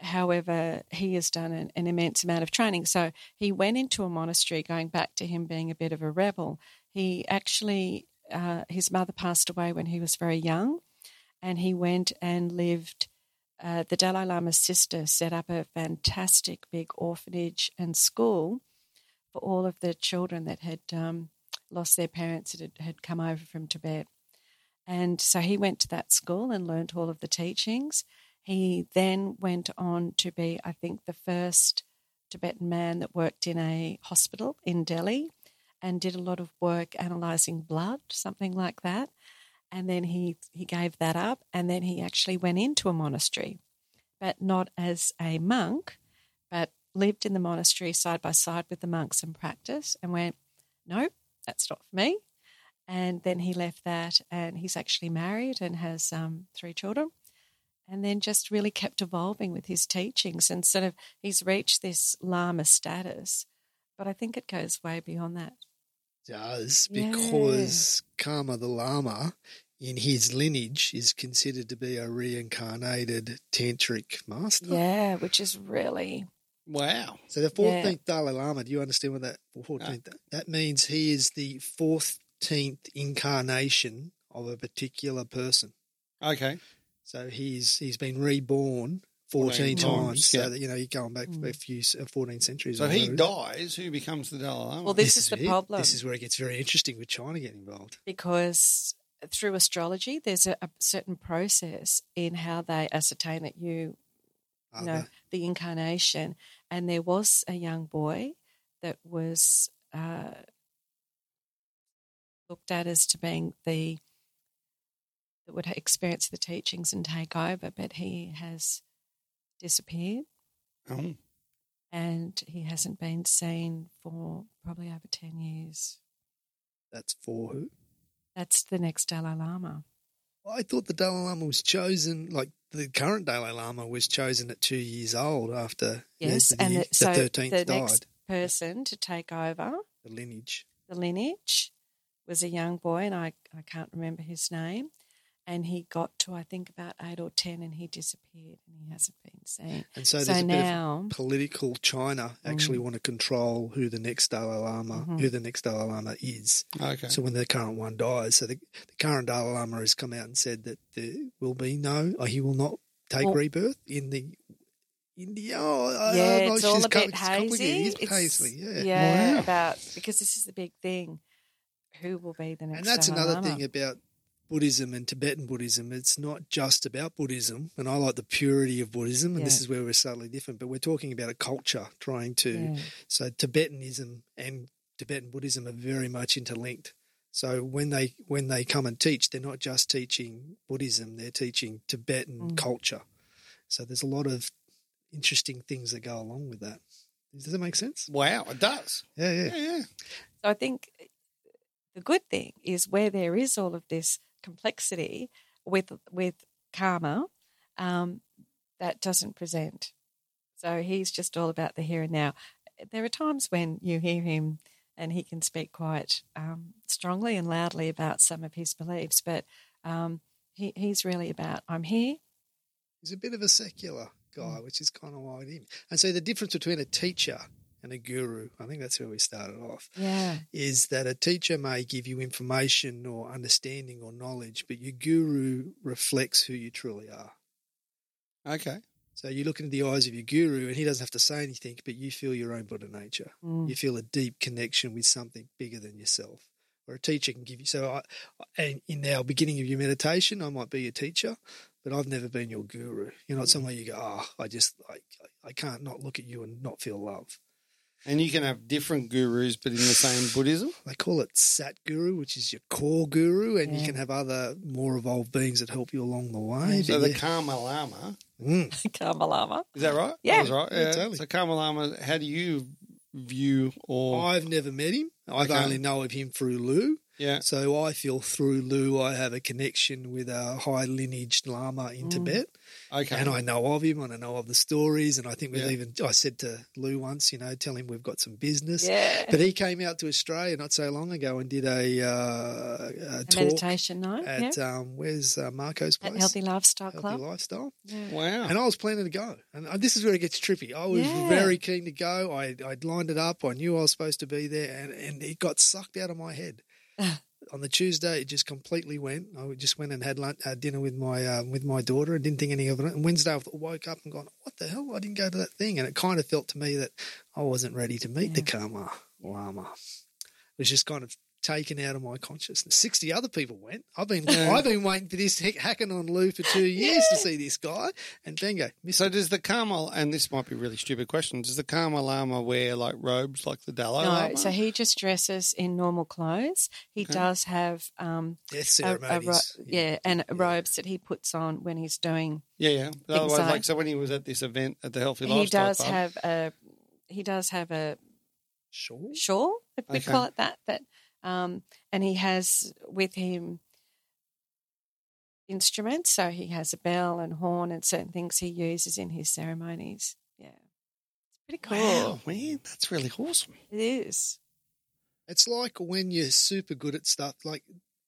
Speaker 5: However, he has done an, an immense amount of training. So he went into a monastery, going back to him being a bit of a rebel. He actually, uh, his mother passed away when he was very young, and he went and lived. Uh, the Dalai Lama's sister set up a fantastic big orphanage and school for all of the children that had um, lost their parents that had, had come over from Tibet. And so he went to that school and learned all of the teachings. He then went on to be, I think, the first Tibetan man that worked in a hospital in Delhi and did a lot of work analyzing blood, something like that. And then he, he gave that up and then he actually went into a monastery, but not as a monk, but lived in the monastery side by side with the monks and practiced and went, nope, that's not for me and then he left that and he's actually married and has um, three children and then just really kept evolving with his teachings and sort of he's reached this lama status but i think it goes way beyond that
Speaker 3: does
Speaker 5: Yeah.
Speaker 3: because Karma the Lama in his lineage is considered to be a reincarnated tantric master.
Speaker 5: yeah which is really
Speaker 2: Wow.
Speaker 3: So the
Speaker 5: Yeah.
Speaker 3: 14th Dalai Lama, do you understand what that 14th that means he is the 14th incarnation of a particular person.
Speaker 2: Okay.
Speaker 3: So he's he's been reborn
Speaker 2: 14
Speaker 3: 14
Speaker 2: times,
Speaker 3: times.
Speaker 2: yeah.
Speaker 3: So that, you know, you're going back
Speaker 5: Hmm.
Speaker 3: a few 14 centuries.
Speaker 2: So
Speaker 3: or
Speaker 2: he
Speaker 3: whatever.
Speaker 2: dies. Who becomes the Dalai Lama?
Speaker 5: Well, this is the
Speaker 3: it.
Speaker 5: problem.
Speaker 3: This is where it gets very interesting with China getting involved.
Speaker 5: because through astrology there's a, a certain process in how they ascertain that you you
Speaker 3: aren't
Speaker 5: know,
Speaker 3: they?
Speaker 5: the incarnation. And there was a young boy that was uh, looked at as to being the that would experience the teachings and take over, but he has disappeared
Speaker 2: Oh.
Speaker 5: and he hasn't been seen for probably over ten years.
Speaker 3: That's for who?
Speaker 5: That's the next Dalai Lama.
Speaker 3: I thought the Dalai Lama was chosen, like the current Dalai Lama was chosen at two years old after
Speaker 5: Yes,
Speaker 3: the,
Speaker 5: and
Speaker 3: the,
Speaker 5: it, so
Speaker 3: 13th
Speaker 5: the
Speaker 3: died,
Speaker 5: next person to take over
Speaker 3: the lineage.
Speaker 5: the lineage was a young boy, and I, I can't remember his name. and he got to I think about eight or ten, and he disappeared, and he hasn't been seen.
Speaker 3: And so,
Speaker 5: So
Speaker 3: there's a
Speaker 5: now, Mm.
Speaker 3: bit of political China actually want to control who the next Dalai Lama,
Speaker 5: Mm-hmm.
Speaker 3: who the next Dalai Lama is.
Speaker 2: Okay.
Speaker 3: So when the current one dies, so the, the current Dalai Lama has come out and said that there will be no, or he will not take
Speaker 5: Well-
Speaker 3: rebirth in the India. Oh, I- I
Speaker 5: yeah,
Speaker 3: know
Speaker 5: it's all
Speaker 3: she's
Speaker 5: a
Speaker 3: com-
Speaker 5: bit
Speaker 3: it's
Speaker 5: hazy.
Speaker 3: complicated. It's hazy, yeah.
Speaker 2: Wow.
Speaker 5: about because this is the big thing. Who will be the next?
Speaker 3: And that's
Speaker 5: Dalai
Speaker 3: another
Speaker 5: Lama?
Speaker 3: thing about Buddhism and Tibetan Buddhism. It's not just about Buddhism, and I like the purity of Buddhism, and this
Speaker 5: Yeah.
Speaker 3: is where we're subtly different. But we're talking about a culture trying to.
Speaker 5: Yeah.
Speaker 3: So Tibetanism and Tibetan Buddhism are very much interlinked. So when they when they come and teach, they're not just teaching Buddhism; they're teaching Tibetan
Speaker 5: Mm.
Speaker 3: culture. So there's a lot of interesting things that go along with that. Does that make sense?
Speaker 2: Wow, it does.
Speaker 3: Yeah,
Speaker 2: Yeah,
Speaker 3: yeah.
Speaker 2: yeah.
Speaker 5: So I think eh, the good thing is where there is all of this complexity with with karma, um, that doesn't present. So he's just all about the here and now. There are times when you hear him and he can speak quite um, strongly and loudly about some of his beliefs, but um, he, he's really about I'm here.
Speaker 3: He's a bit of a secular guy, which is kind of like him. And so the difference between a teacher and a guru, I think that's where we started off,
Speaker 5: Yeah,
Speaker 3: is that a teacher may give you information or understanding or knowledge, but your guru reflects who you truly are.
Speaker 2: Okay.
Speaker 3: So you look into the eyes of your guru, and he doesn't have to say anything, but you feel your own Buddha nature.
Speaker 5: Mm.
Speaker 3: You feel a deep connection with something bigger than yourself. Or a teacher can give you. So, I, and in our beginning of your meditation, I might be your teacher, but I've never been your guru. You're not someone you go, oh, I just, I, I can't not look at you and not feel love.
Speaker 2: And you can have different gurus, but in the same Buddhism.
Speaker 3: They call it Sat Guru, which is your core guru, and you
Speaker 5: Yeah.
Speaker 3: can have other more evolved beings that help you along the way.
Speaker 2: So
Speaker 3: But
Speaker 2: the
Speaker 3: yeah.
Speaker 2: Karma Lama,
Speaker 3: Mm.
Speaker 5: <laughs> Karma Lama.
Speaker 2: is that right?
Speaker 5: Yeah.
Speaker 2: That was right.
Speaker 3: Yeah, totally.
Speaker 2: So Karma Lama, how do you view or
Speaker 3: I've never met him. I've
Speaker 2: Okay.
Speaker 3: only know of him through Lou.
Speaker 2: yeah?
Speaker 3: So I feel through Lou, I have a connection with a high lineage Lama in
Speaker 5: Mm.
Speaker 3: Tibet,
Speaker 2: Okay.
Speaker 3: and I know of him, and I know of the stories, and I think we've
Speaker 2: Yeah.
Speaker 3: even I said to Lou once, you know, tell him we've got some business.
Speaker 5: Yeah,
Speaker 3: But he came out to Australia not so long ago and did a, uh, a
Speaker 5: a
Speaker 3: talk
Speaker 5: meditation night.
Speaker 3: at
Speaker 5: yeah.
Speaker 3: um, where's uh, Marco's place?
Speaker 5: At Healthy Lifestyle
Speaker 3: Healthy
Speaker 5: Club.
Speaker 3: lifestyle.
Speaker 5: Yeah.
Speaker 2: wow.
Speaker 3: And I was planning to go, and uh, this is where it gets trippy. I was
Speaker 5: Yeah.
Speaker 3: very keen to go. I I'd lined it up. I knew I was supposed to be there, and and it got sucked out of my
Speaker 5: <sighs>
Speaker 3: head. On the Tuesday, it just completely went. I just went and had lunch, uh, dinner with my um, with my daughter, and didn't think any of it. And Wednesday, I woke up and gone, "What the hell? I didn't go to that thing." And it kind of felt to me that I wasn't ready to meet the Karma Lama. It was just kind of taken out of my consciousness. Sixty other people went. I've
Speaker 5: <laughs>
Speaker 3: been I've been waiting for this hack- hacking on Lou for two years to see this guy, and bingo, missed
Speaker 2: so does the Karma, and this might be a really stupid question, does the Karma Lama wear like robes like the Dalai
Speaker 5: No,
Speaker 2: Lama?
Speaker 5: so he just dresses in normal clothes. He does have um,
Speaker 3: death
Speaker 5: a, a
Speaker 3: ceremonies.
Speaker 5: ro- yeah, and robes that he puts on when he's doing.
Speaker 2: yeah, yeah. But otherwise,
Speaker 5: so.
Speaker 2: like so when he was at this event at the Healthy
Speaker 5: He
Speaker 2: Lifestyle
Speaker 5: does
Speaker 2: Club,
Speaker 5: have a he does have a
Speaker 3: Sure.
Speaker 5: shawl, if we
Speaker 2: Okay.
Speaker 5: call it that. That um, and he has with him instruments. So he has a bell and horn and certain things he uses in his ceremonies. Yeah, it's pretty cool.
Speaker 2: Wow, man, that's really awesome.
Speaker 5: It is.
Speaker 3: It's like when you're super good at stuff, like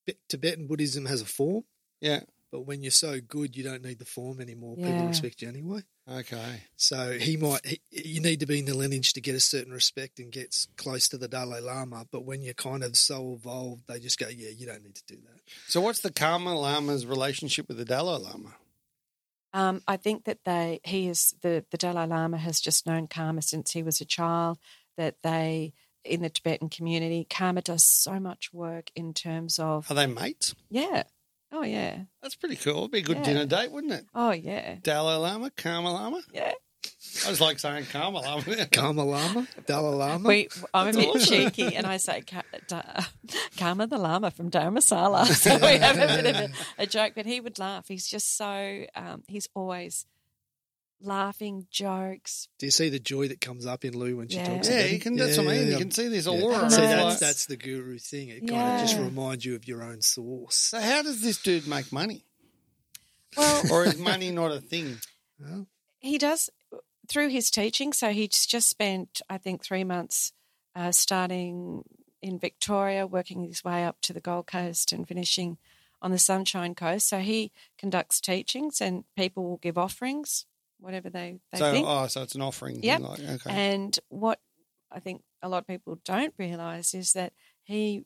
Speaker 3: Bi- Tibetan Buddhism has a form,
Speaker 2: Yeah.
Speaker 3: but when you're so good, you don't need the form anymore.
Speaker 5: Yeah.
Speaker 3: People respect you anyway.
Speaker 2: Okay.
Speaker 3: So he might, he, you need to be in the lineage to get a certain respect and get s- close to the Dalai Lama. But when you're kind of so evolved, they just go, yeah, you don't need to do that.
Speaker 2: So what's the Karma Lama's relationship with the Dalai Lama?
Speaker 5: Um, I think that they he is the the Dalai Lama has just known karma since he was a child. That they in the Tibetan community, karma does so much work in terms of
Speaker 2: Are they mates?
Speaker 5: yeah, oh yeah,
Speaker 2: That's pretty cool. It'd be a good
Speaker 5: Yeah.
Speaker 2: dinner date, wouldn't it?
Speaker 5: oh yeah,
Speaker 2: Dalai Lama, Karma Lama.
Speaker 5: yeah.
Speaker 2: I just like saying Karma Lama.
Speaker 3: <laughs> Karma Lama, Dalai Lama.
Speaker 5: We, I'm a
Speaker 2: That's
Speaker 5: bit
Speaker 2: awesome.
Speaker 5: cheeky, and I say Ka- da- <laughs> Karma the Lama from
Speaker 2: <laughs>
Speaker 5: Dharamsala. So we have a bit of a, a joke, but he would laugh. He's just so um, he's always laughing jokes.
Speaker 3: Do you see the joy that comes up in Lou when she
Speaker 5: Yeah.
Speaker 2: <laughs>
Speaker 3: talks?
Speaker 2: yeah,
Speaker 3: about
Speaker 2: you
Speaker 3: him?
Speaker 2: can. That's what I mean.
Speaker 3: yeah.
Speaker 2: You can see this
Speaker 3: Yeah.
Speaker 2: aura.
Speaker 3: See,
Speaker 5: Nice.
Speaker 3: that's,
Speaker 2: Like,
Speaker 3: that's the guru thing. It kind of just
Speaker 5: Yeah.
Speaker 3: reminds you of your own source.
Speaker 2: so how does this dude make money?
Speaker 5: Well,
Speaker 2: Or is money not a thing?
Speaker 5: <laughs>
Speaker 3: Well,
Speaker 5: he does uh, through his teaching. So he's just spent, I think, three months uh, starting in Victoria, working his way up to the Gold Coast, and finishing on the Sunshine Coast. So he conducts teachings and people will give offerings, whatever they, they
Speaker 2: so,
Speaker 5: think.
Speaker 2: oh, so it's an offering.
Speaker 5: Yep.
Speaker 2: Like, okay.
Speaker 5: And what I think a lot of people don't realize is that he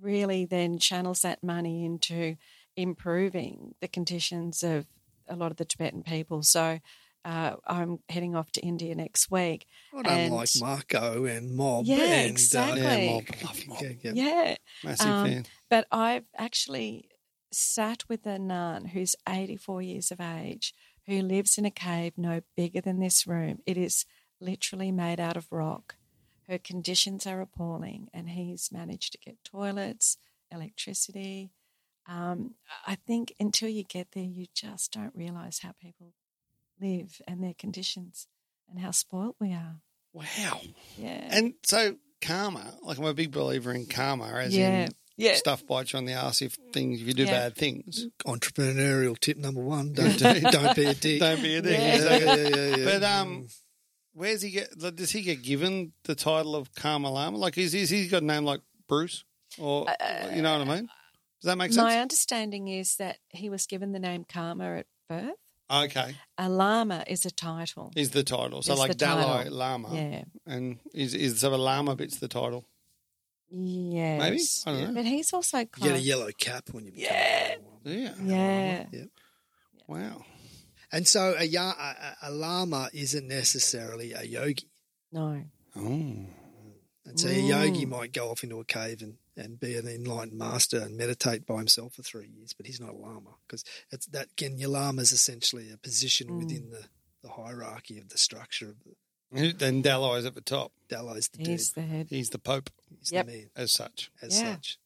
Speaker 5: really then channels that money into improving the conditions of a lot of the Tibetan people. So uh, I'm heading off to India next week.
Speaker 3: Not unlike
Speaker 5: And-
Speaker 3: Marco and Mob.
Speaker 5: Yeah,
Speaker 3: and,
Speaker 5: exactly.
Speaker 3: Uh,
Speaker 2: yeah, mob,
Speaker 5: Exactly.
Speaker 2: love mob.
Speaker 3: yeah, yeah.
Speaker 5: yeah.
Speaker 2: Massive
Speaker 5: Um,
Speaker 2: fan.
Speaker 5: But I've actually sat with a nun who's 84 years of age who lives in a cave no bigger than this room. It is literally made out of rock. Her conditions are appalling, and he's managed to get toilets, electricity. Um, I think until you get there, you just don't realize how people live and their conditions and how spoilt we are.
Speaker 2: Wow.
Speaker 5: Yeah.
Speaker 2: And so karma, like I'm a big believer in karma, as
Speaker 5: yeah.
Speaker 2: in
Speaker 5: yeah.
Speaker 2: stuff bites you on the ass if things if you do
Speaker 5: Yeah.
Speaker 2: bad
Speaker 5: <laughs>
Speaker 2: things.
Speaker 3: Entrepreneurial tip number
Speaker 2: <laughs>
Speaker 3: one: don't do, don't be a dick.
Speaker 2: Don't be a dick.
Speaker 5: Yeah.
Speaker 3: yeah, yeah, yeah, Mm. yeah.
Speaker 2: But um, where's he get? like, Does he get given the title of Karma Lama? Like, is, is he got a name like Bruce, or
Speaker 5: Uh,
Speaker 2: you know what I mean? Does that make
Speaker 5: My
Speaker 2: sense?
Speaker 5: understanding is that he was given the name Karma at birth.
Speaker 2: okay,
Speaker 5: A llama is a title.
Speaker 2: is the title so
Speaker 5: It's
Speaker 2: like
Speaker 5: the title.
Speaker 2: Dalai Lama,
Speaker 5: Yeah.
Speaker 2: and is is so a Lama bit's the title?
Speaker 5: Yes.
Speaker 2: I don't know.
Speaker 5: But he's also
Speaker 3: you get a
Speaker 5: close.
Speaker 3: yellow cap when you. become
Speaker 5: Yeah.
Speaker 3: a Lama.
Speaker 2: Yeah,
Speaker 5: yeah.
Speaker 3: Yeah.
Speaker 2: wow.
Speaker 3: And so a, ya- a, a a lama isn't necessarily a yogi.
Speaker 5: No.
Speaker 2: Oh,
Speaker 3: And so a yogi
Speaker 5: Mm.
Speaker 3: might go off into a cave and, and be an enlightened master and meditate by himself for three years, but he's not a lama because it's that again, your lama is essentially a position
Speaker 5: Mm.
Speaker 3: within the, the hierarchy of the structure of the
Speaker 2: then Dalai's at the top.
Speaker 3: Dalai's the dude.
Speaker 5: He's the head.
Speaker 2: He's the Pope
Speaker 3: He's
Speaker 5: Yep.
Speaker 3: the man
Speaker 2: as such.
Speaker 3: as
Speaker 5: Yeah.
Speaker 3: such.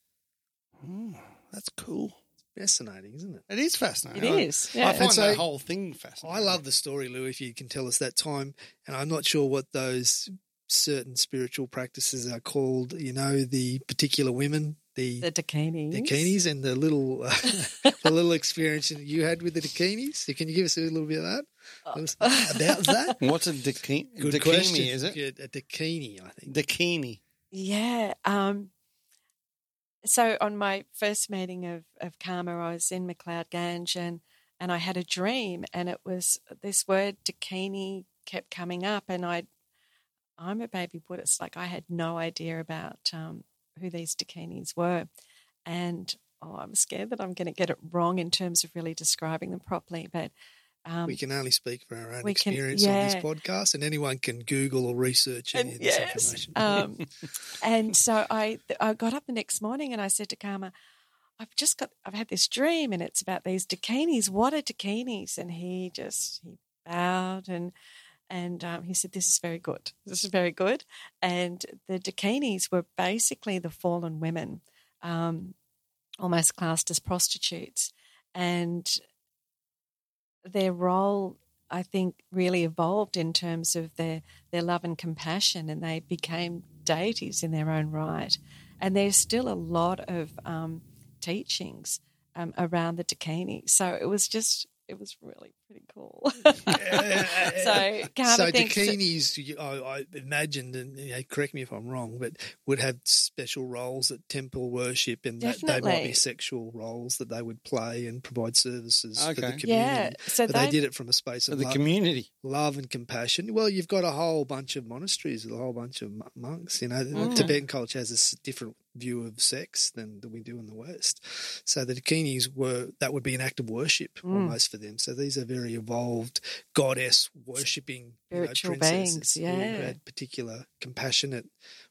Speaker 2: Oh, that's cool.
Speaker 3: Fascinating, isn't it?
Speaker 2: It is fascinating.
Speaker 5: It is.
Speaker 2: I, I
Speaker 5: Yeah.
Speaker 2: find
Speaker 3: And so-
Speaker 2: that whole thing fascinating.
Speaker 3: I love the story, Lou, if you can tell us that time. And I'm not sure what those certain spiritual practices are called, you know, the particular women, the
Speaker 5: The dakinis.
Speaker 3: the Keenies and the little <laughs> uh, the little experience you had with the Keenies. Can you give us a little bit of that
Speaker 5: Uh, <laughs>
Speaker 3: about that?
Speaker 2: What's a daki-
Speaker 3: Good
Speaker 2: dakini,
Speaker 3: question.
Speaker 2: Is it
Speaker 3: Good, a Dakini? I think.
Speaker 2: dakini?
Speaker 5: Yeah. Um, so on my first meeting of, of karma, I was in McLeod Ganj and, and I had a dream and it was this word Dakini kept coming up and I, I'm a baby Buddhist. Like I had no idea about um, who these Dakinis were. And oh, I'm scared that I'm going to get it wrong in terms of really describing them properly. But um,
Speaker 3: we can only speak for our own
Speaker 5: we can-
Speaker 3: experience on this
Speaker 5: yeah.
Speaker 3: podcast, and anyone can Google or research any
Speaker 5: And-
Speaker 3: of this
Speaker 5: yes.
Speaker 3: information.
Speaker 5: Um, and so I I got up the next morning and I said to Karma, I've just got I've had this dream and it's about these dakinis. What are dakinis? And he just he bowed and and um, he said, "This is very good. This is very good." And the dakinis were basically the fallen women, um, almost classed as prostitutes, and their role. I think really evolved in terms of their their love and compassion, and they became deities in their own right. And there's still a lot of um, teachings um, around the Dakini. So it was just, it was really pretty cool. <laughs> so Karma
Speaker 3: so
Speaker 5: thinks that-
Speaker 3: Dakinis, you- I, I imagined, and you know, correct me if I'm wrong, but would have special roles at temple worship, and that they might be
Speaker 5: Definitely.
Speaker 3: sexual roles that they would play and provide services for the
Speaker 2: Okay.
Speaker 3: community.
Speaker 5: yeah. So
Speaker 3: But they,
Speaker 5: they,
Speaker 3: did it from a space
Speaker 2: So
Speaker 3: of
Speaker 2: the
Speaker 3: love.
Speaker 2: community.
Speaker 3: love and compassion. Well, you've got a whole bunch of monasteries, a whole bunch of mon- monks. You know,
Speaker 5: Mm.
Speaker 3: Tibetan culture has a s- different view of sex than that we do in the West. So the Dakinis were that would be an act of worship
Speaker 5: Mm.
Speaker 3: almost for them. So these are very evolved goddess worshipping
Speaker 5: Spiritual beings, yeah.
Speaker 3: who had particular compassionate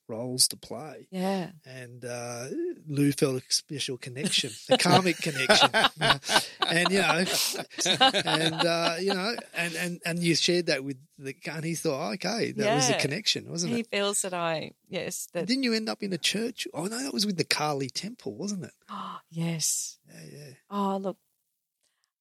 Speaker 3: roles to play.
Speaker 5: yeah.
Speaker 3: And uh, Lou felt a special connection, a karmic connection,
Speaker 5: <laughs>
Speaker 3: and you know, and uh, you know, and, and and you shared that with the and he thought, "Oh, okay, that was a
Speaker 5: Yeah.
Speaker 3: connection, wasn't
Speaker 5: He
Speaker 3: it?
Speaker 5: feels that I, yes, that,
Speaker 3: Didn't you end up in a church? Oh no, that was with the Kali Temple, wasn't it?
Speaker 5: oh, <gasps> yes.
Speaker 3: Yeah, yeah.
Speaker 5: Oh, look,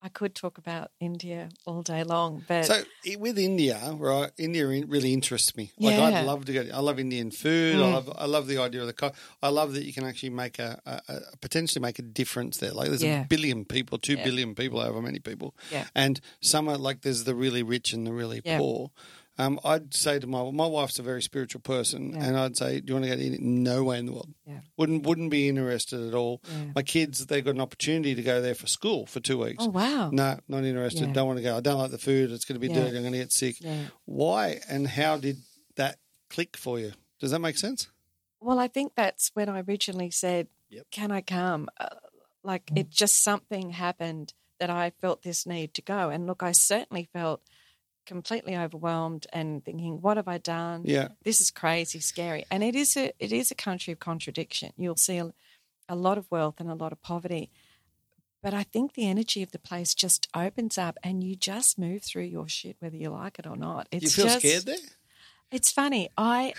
Speaker 5: I could talk about India all day long, but
Speaker 2: So i- Uh, with India, right? India in- really interests me. Like
Speaker 5: Yeah.
Speaker 2: I'd love to go. I love Indian food. I
Speaker 5: Mm.
Speaker 2: love. I love the idea of the. co- I love that you can actually make a, a, a potentially make a difference there. Like there's
Speaker 5: Yeah.
Speaker 2: a billion people, two billion
Speaker 5: Yeah.
Speaker 2: people, however many people,
Speaker 5: Yeah.
Speaker 2: and some are like there's the really rich and the really
Speaker 5: Yeah.
Speaker 2: poor. Um, I'd say to my my wife's a very spiritual person,
Speaker 5: Yeah.
Speaker 2: and I'd say, "Do you want to go to India?" No way in the world.
Speaker 5: Yeah.
Speaker 2: Wouldn't wouldn't be interested at all.
Speaker 5: Yeah.
Speaker 2: My kids, they got an opportunity to go there for school for two weeks.
Speaker 5: Oh wow.
Speaker 2: No, not interested.
Speaker 5: Yeah.
Speaker 2: Don't want to go. I don't like the food. It's going to be
Speaker 5: Yeah.
Speaker 2: dirty. I'm going to get sick.
Speaker 5: Yeah.
Speaker 2: Why and how did that click for you? Does that make sense?
Speaker 5: Well, I think that's when I originally said,
Speaker 3: Yep.
Speaker 5: "Can I come?" Uh, like
Speaker 2: Mm.
Speaker 5: it just something happened that I felt this need to go. And look, I certainly felt completely overwhelmed and thinking, "What have I done?
Speaker 2: Yeah.
Speaker 5: This is crazy, scary." And it is a it is a country of contradiction. You'll see a, a lot of wealth and a lot of poverty. But I think the energy of the place just opens up, and you just move through your shit, whether you like it or not. It's
Speaker 2: you feel
Speaker 5: just,
Speaker 2: scared there?
Speaker 5: It's funny. I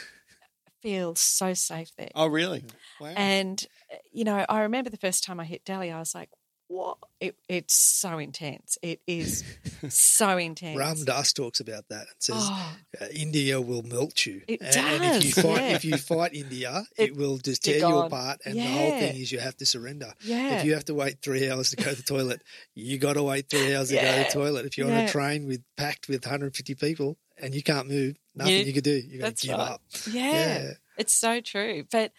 Speaker 5: feel so safe there.
Speaker 2: Oh, really? Wow.
Speaker 3: Mm.
Speaker 5: And uh, you know, I remember the first time I hit Delhi, I was like, "What? It, it's so intense. It is so intense."
Speaker 3: Ram Das talks about that and says
Speaker 5: Oh,
Speaker 3: uh, India will melt you.
Speaker 5: It
Speaker 3: A- and, if you
Speaker 5: does,
Speaker 3: fight,
Speaker 5: yeah.
Speaker 3: if you fight India,
Speaker 5: It-
Speaker 3: it, will just
Speaker 5: you're
Speaker 3: tear you
Speaker 5: gone.
Speaker 3: apart. And the whole
Speaker 5: Yeah.
Speaker 3: thing is you have to surrender.
Speaker 5: yeah,
Speaker 3: If you have to wait three hours to go to the toilet, you got to wait three hours to go
Speaker 5: Yeah.
Speaker 3: to the toilet. If you're on
Speaker 5: Yeah.
Speaker 3: a train with packed with 150 people and you can't move, nothing
Speaker 5: You-
Speaker 3: you can do. You got
Speaker 5: that's
Speaker 3: to give
Speaker 5: right.
Speaker 3: up.
Speaker 5: yeah. It's so true. But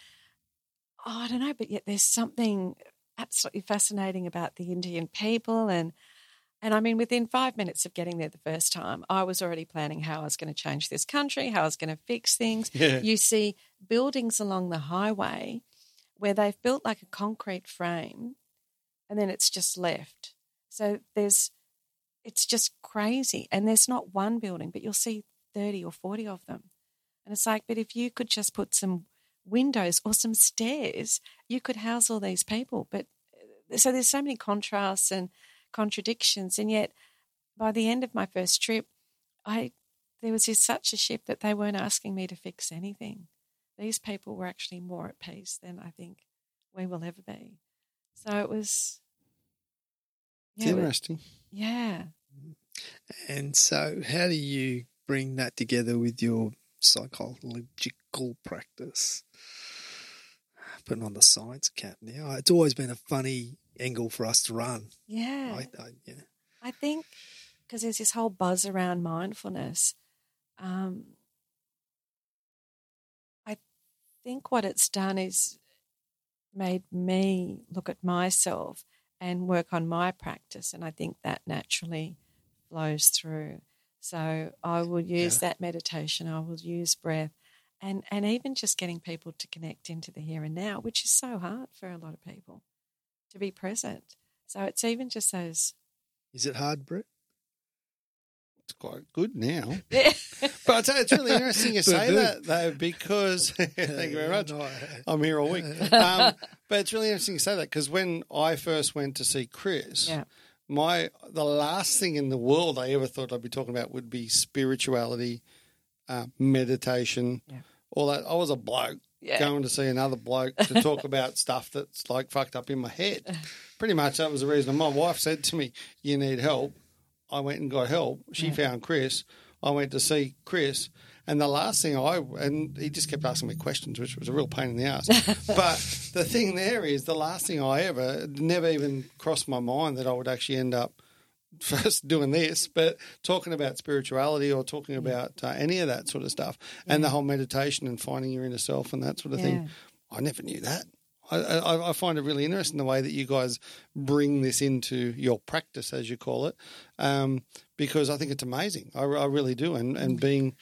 Speaker 5: oh, I don't know. But yet, there's something absolutely fascinating about the Indian people, and and I mean, within five minutes of getting there the first time, I was already planning how I was going to change this country, how I was going to fix things.
Speaker 2: yeah.
Speaker 5: you see buildings along the highway where they've built like a concrete frame and then it's just left. So there's, it's just crazy. And there's not one building, but you'll see 30 or 40 of them. And it's like, but if you could just put some windows or some stairs, you could house all these people. But uh, so there's so many contrasts and contradictions. And yet by the end of my first trip, I there was just such a shift that they weren't asking me to fix anything. These people were actually more at peace than I think we will ever be. So it was,
Speaker 2: It's
Speaker 5: yeah, it was-
Speaker 2: interesting.
Speaker 5: yeah.
Speaker 3: And so, how do you bring that together with your psychological practice? Putting on the science cap now. It's always been a funny angle for us to run.
Speaker 5: yeah.
Speaker 3: I, I, yeah.
Speaker 5: I think because there's this whole buzz around mindfulness. Um, I think what it's done is made me look at myself and work on my practice, and I think that naturally flows through. So I will use that meditation. I will use breath. And, and even just getting people to connect into the here and now, which is so hard for a lot of people to be present. So it's even just those <laughs>
Speaker 3: Is it hard, Brett?
Speaker 2: It's quite good now.
Speaker 5: Yeah.
Speaker 2: But I tell you, it's really interesting you say
Speaker 3: Boo-boo.
Speaker 2: that, though, because <laughs> thank you very much.
Speaker 3: Uh, No,
Speaker 2: I'm here all
Speaker 5: <laughs>
Speaker 2: week. Um, but it's really interesting you say that because when I first went to see Chris,
Speaker 5: Yeah.
Speaker 2: my the last thing in the world I ever thought I'd be talking about would be spirituality, uh, meditation,
Speaker 5: Yeah.
Speaker 2: all that. I was a bloke
Speaker 5: Yeah.
Speaker 2: going to see another bloke to
Speaker 5: <laughs>
Speaker 2: talk about stuff that's like fucked up in my head. Pretty much that was the reason. And My wife said to me, "You need help." I went and got help. She found Chris. I went to see Chris. And the last thing I, and he just kept asking me questions, which was a real pain in the ass. but the thing there is, the last thing I ever, it never even crossed my mind that I would actually end up <laughs> first doing this, but talking about spirituality or talking about uh, any of that sort of stuff and the whole meditation and finding your inner self and that sort of thing. I never knew that. I, I, I find it really interesting the way that you guys bring this into your practice, as you call it, um, because I think it's amazing. I, I really do. And,
Speaker 5: Mm.
Speaker 2: and being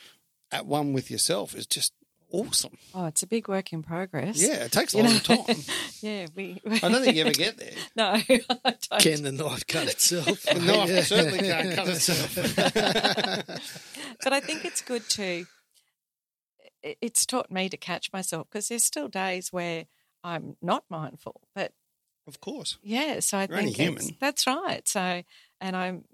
Speaker 2: at one with yourself is just awesome.
Speaker 5: Oh, it's a big work in progress.
Speaker 2: Yeah, it takes a
Speaker 5: You
Speaker 2: long
Speaker 5: know?
Speaker 2: time.
Speaker 5: <laughs> Yeah, we.
Speaker 2: I don't think you ever get there.
Speaker 5: <laughs> no, <laughs> I don't.
Speaker 3: Can the knife cut itself?
Speaker 2: The
Speaker 3: <laughs>
Speaker 2: knife certainly can't cut
Speaker 5: <laughs>
Speaker 2: itself.
Speaker 5: But I think it's good to. it- It's taught me to catch myself because there's still days where I'm not mindful. But
Speaker 2: of course.
Speaker 5: yeah, so I
Speaker 2: You're only
Speaker 5: think it's-
Speaker 2: human.
Speaker 5: that's right. So, and I'm.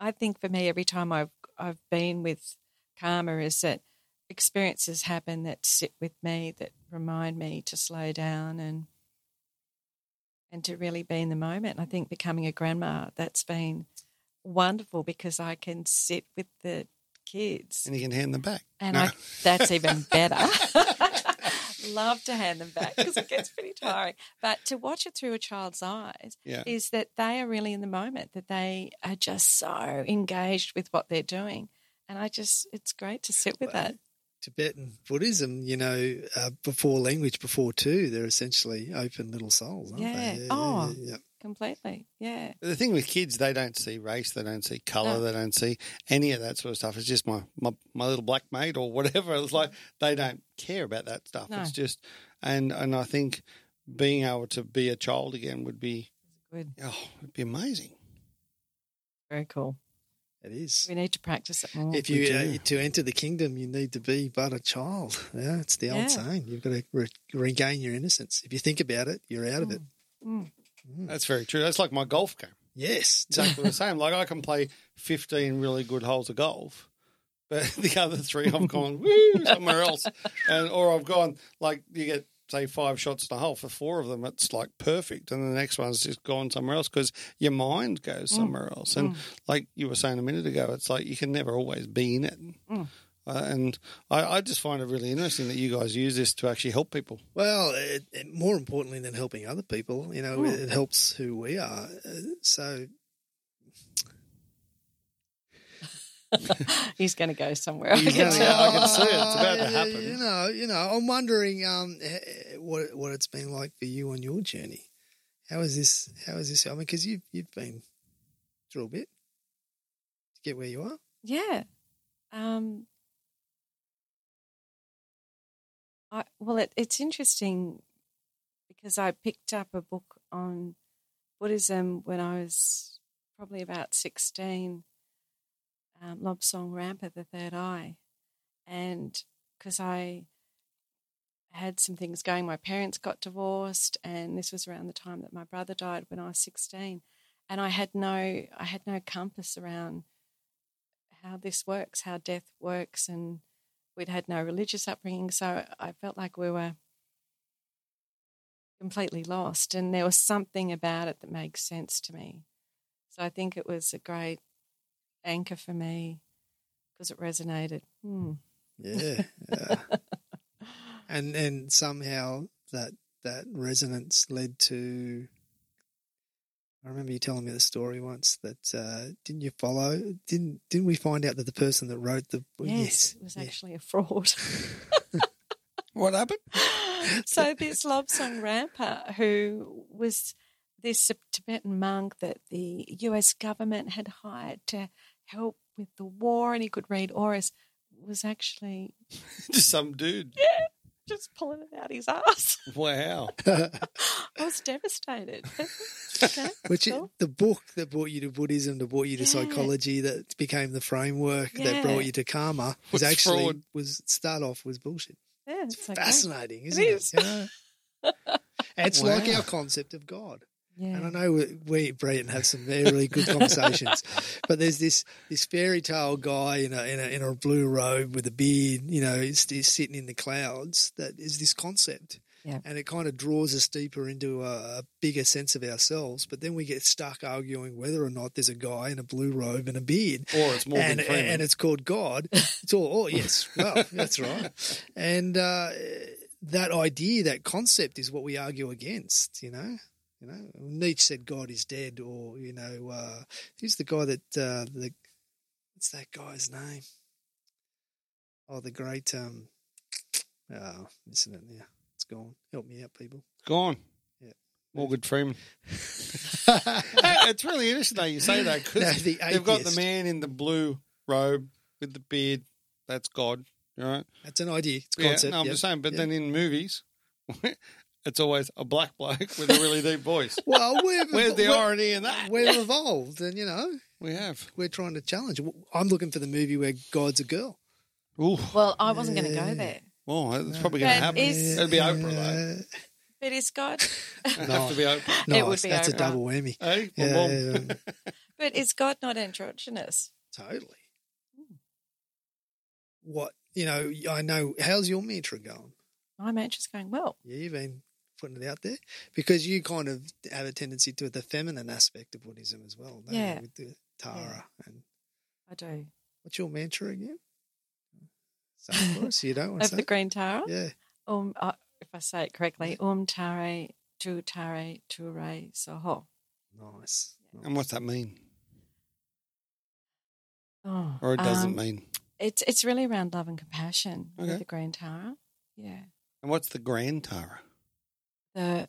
Speaker 5: I think for me, every time I've I've been with karma, is that experiences happen that sit with me that remind me to slow down and and to really be in the moment. And I think becoming a grandma, that's been wonderful because I can sit with the kids
Speaker 2: And you can hand them back.
Speaker 5: and
Speaker 2: No.
Speaker 5: I that's even better. <laughs> Love to hand them back because it gets pretty tiring. But to watch it through a child's eyes
Speaker 2: Yeah.
Speaker 5: is that they are really in the moment, that they are just so engaged with what they're doing. And I just, it's great to sit with that.
Speaker 3: Tibetan Buddhism, you know, uh, before language, before two, they're essentially open little souls, aren't
Speaker 5: Yeah.
Speaker 3: they?
Speaker 5: Oh.
Speaker 3: yeah, yeah.
Speaker 5: Completely. Yeah.
Speaker 2: The thing with kids, they don't see race, they don't see colour,
Speaker 5: No.
Speaker 2: they don't see any of that sort of stuff. It's just my, my, my little black mate or whatever. <laughs> It's like they don't care about that stuff.
Speaker 5: No.
Speaker 2: It's just, and and I think being able to be a child again would be,
Speaker 5: Good.
Speaker 2: oh, it'd be amazing.
Speaker 5: Very cool.
Speaker 3: It is.
Speaker 5: We need to practice it more.
Speaker 3: If you uh, to enter the kingdom, you need to be but a child. <laughs> Yeah, it's the
Speaker 5: Yeah.
Speaker 3: old saying. You've got to re- regain your innocence. If you think about it, you're out of it.
Speaker 5: Mm.
Speaker 2: That's very true. That's like my golf game.
Speaker 3: Yes,
Speaker 2: Exactly the same. Like I can play 15 really good holes of golf. But <laughs> the other three, I've gone woo somewhere else, and or I've gone like you get say five shots in a hole for four of them, it's like perfect, and the next one's just gone somewhere else because your mind
Speaker 3: Mm.
Speaker 2: goes somewhere else. And like you were saying a minute ago, it's like you can never always be in it.
Speaker 3: Mm.
Speaker 2: Uh, and I, I just find it really interesting that you guys use this to actually help people. <laughs>
Speaker 3: Well, it, it, more importantly than helping other people, you know,
Speaker 5: Hmm.
Speaker 3: it, it helps who we are. Uh, So,
Speaker 5: <laughs> He's going to go somewhere. I
Speaker 2: He's <laughs>
Speaker 5: can
Speaker 2: gonna-
Speaker 5: tell.
Speaker 2: I can see it. It's about to
Speaker 3: Uh,
Speaker 2: happen.
Speaker 3: You know, you know. I'm wondering um, h- h- what what it's been like for you on your journey. How is this? How is this? I mean, because you've you've been through a bit to get where you are.
Speaker 5: Yeah. Um, I, well, it, it's interesting because I picked up a book on Buddhism when I was probably about 16, um, Lobsong Rampa, The Third Eye. And because I had some things going, my parents got divorced, and this was around the time that my brother died when I was 16. And I had no, I had no compass around how this works, how death works, and we'd had no religious upbringing, so I felt like we were completely lost. And there was something about it that made sense to me. So I think it was a great anchor for me because it resonated. Hmm.
Speaker 3: <laughs> Yeah. yeah. Uh, and and somehow that that resonance led to. I remember you telling me the story once that uh, didn't you follow? Didn't didn't we find out that the person that wrote the
Speaker 5: yes, it was
Speaker 3: yeah.
Speaker 5: actually a <laughs> fraud.
Speaker 2: What happened?
Speaker 3: <laughs>
Speaker 5: so this Lobsang Rampa, who was this Tibetan monk that the U.S. government had hired to help with the war, and he could read auras, was actually
Speaker 2: Just some dude.
Speaker 5: just pulling it out his <laughs> ass.
Speaker 2: Wow.
Speaker 5: I was devastated.
Speaker 3: <laughs> Which is-
Speaker 5: Cool.
Speaker 3: the book that brought you to Buddhism, that brought you to
Speaker 5: Yeah.
Speaker 3: psychology, that became the framework that brought
Speaker 5: Yeah.
Speaker 3: you to karma
Speaker 2: Was
Speaker 3: was, actually
Speaker 2: fraud.
Speaker 3: was start off was bullshit.
Speaker 5: yeah, it's okay.
Speaker 3: Fascinating, isn't it?
Speaker 5: is. <laughs>
Speaker 3: You know? it's like
Speaker 2: Wow.
Speaker 3: our concept of God.
Speaker 5: Yeah.
Speaker 3: And I know we, we Brian have some really good
Speaker 5: <laughs>
Speaker 3: conversations, but there's this this fairy tale guy in a, in a in a blue robe with a beard, you know, he's, he's sitting in the clouds. That is this concept,
Speaker 5: Yeah.
Speaker 3: and it kind of draws us deeper into a, a bigger sense of ourselves. But then we get stuck arguing whether or not there's a guy in a blue robe and a beard,
Speaker 2: Or it's Morgan
Speaker 3: and,
Speaker 2: Freeman.
Speaker 3: and it's called God. It's all, oh, yes, well, that's right. And uh, that idea, that concept is what we argue against, you know. You know, Nietzsche said God is dead, or, you know, uh, who's the guy that, uh, the, what's that guy's name? Oh, the great, um, oh, missing it now. It's gone. Help me out, people.
Speaker 2: Gone.
Speaker 3: Yeah.
Speaker 2: Morgan Freeman. <laughs> Hey, it's really interesting though you say that
Speaker 3: <laughs> No,
Speaker 2: because
Speaker 3: the
Speaker 2: <laughs> they've got the
Speaker 3: atheist.
Speaker 2: man in the blue robe with the beard. That's God, right?
Speaker 3: That's an idea. It's a
Speaker 2: Yeah,
Speaker 3: concept.
Speaker 2: no, I'm
Speaker 3: yeah.
Speaker 2: just saying. But
Speaker 3: yeah.
Speaker 2: then in movies, <laughs> it's always a black bloke with a really deep voice.
Speaker 3: <laughs> Well, we're,
Speaker 2: <laughs> Where's the
Speaker 3: we're-
Speaker 2: irony in that?
Speaker 3: We've evolved, and, you know,
Speaker 2: We have.
Speaker 3: we're trying to challenge. I'm looking for the movie where God's a girl.
Speaker 2: Ooh,
Speaker 5: well, I wasn't going to go there.
Speaker 2: well, it's probably going to
Speaker 5: That
Speaker 2: happen.
Speaker 5: is-
Speaker 2: It'd be Oprah though.
Speaker 5: But
Speaker 3: <laughs>
Speaker 5: is God? <laughs>
Speaker 2: It'd have to be Oprah.
Speaker 3: No,
Speaker 5: It would be
Speaker 3: that's a
Speaker 5: Oprah.
Speaker 3: double whammy.
Speaker 2: Hey, my
Speaker 3: Yeah,
Speaker 2: mom.
Speaker 3: yeah,
Speaker 5: <laughs>
Speaker 3: yeah.
Speaker 5: But is God not androgynous?
Speaker 3: totally. What you know? I know. How's your mantra going?
Speaker 5: My mantra's going well.
Speaker 3: Yeah, you've been putting it out there because you kind of have a tendency to the feminine aspect of Buddhism as well. don't you,
Speaker 5: Yeah.
Speaker 3: with the Tara and
Speaker 5: I do.
Speaker 3: what's your mantra again?
Speaker 5: <laughs>
Speaker 3: Say it for us. You don't want to
Speaker 5: Of
Speaker 3: say?
Speaker 5: the green Tara.
Speaker 3: it? Yeah.
Speaker 5: Um, uh, if I say it correctly, um tare tu tare tu re soho.
Speaker 3: Nice.
Speaker 2: And what's that mean?
Speaker 5: Oh,
Speaker 2: Or it doesn't
Speaker 5: um,
Speaker 2: mean?
Speaker 5: It's it's really around love and compassion
Speaker 2: Okay.
Speaker 5: with the Grand Tara. Yeah.
Speaker 2: And what's the Grand Tara?
Speaker 5: The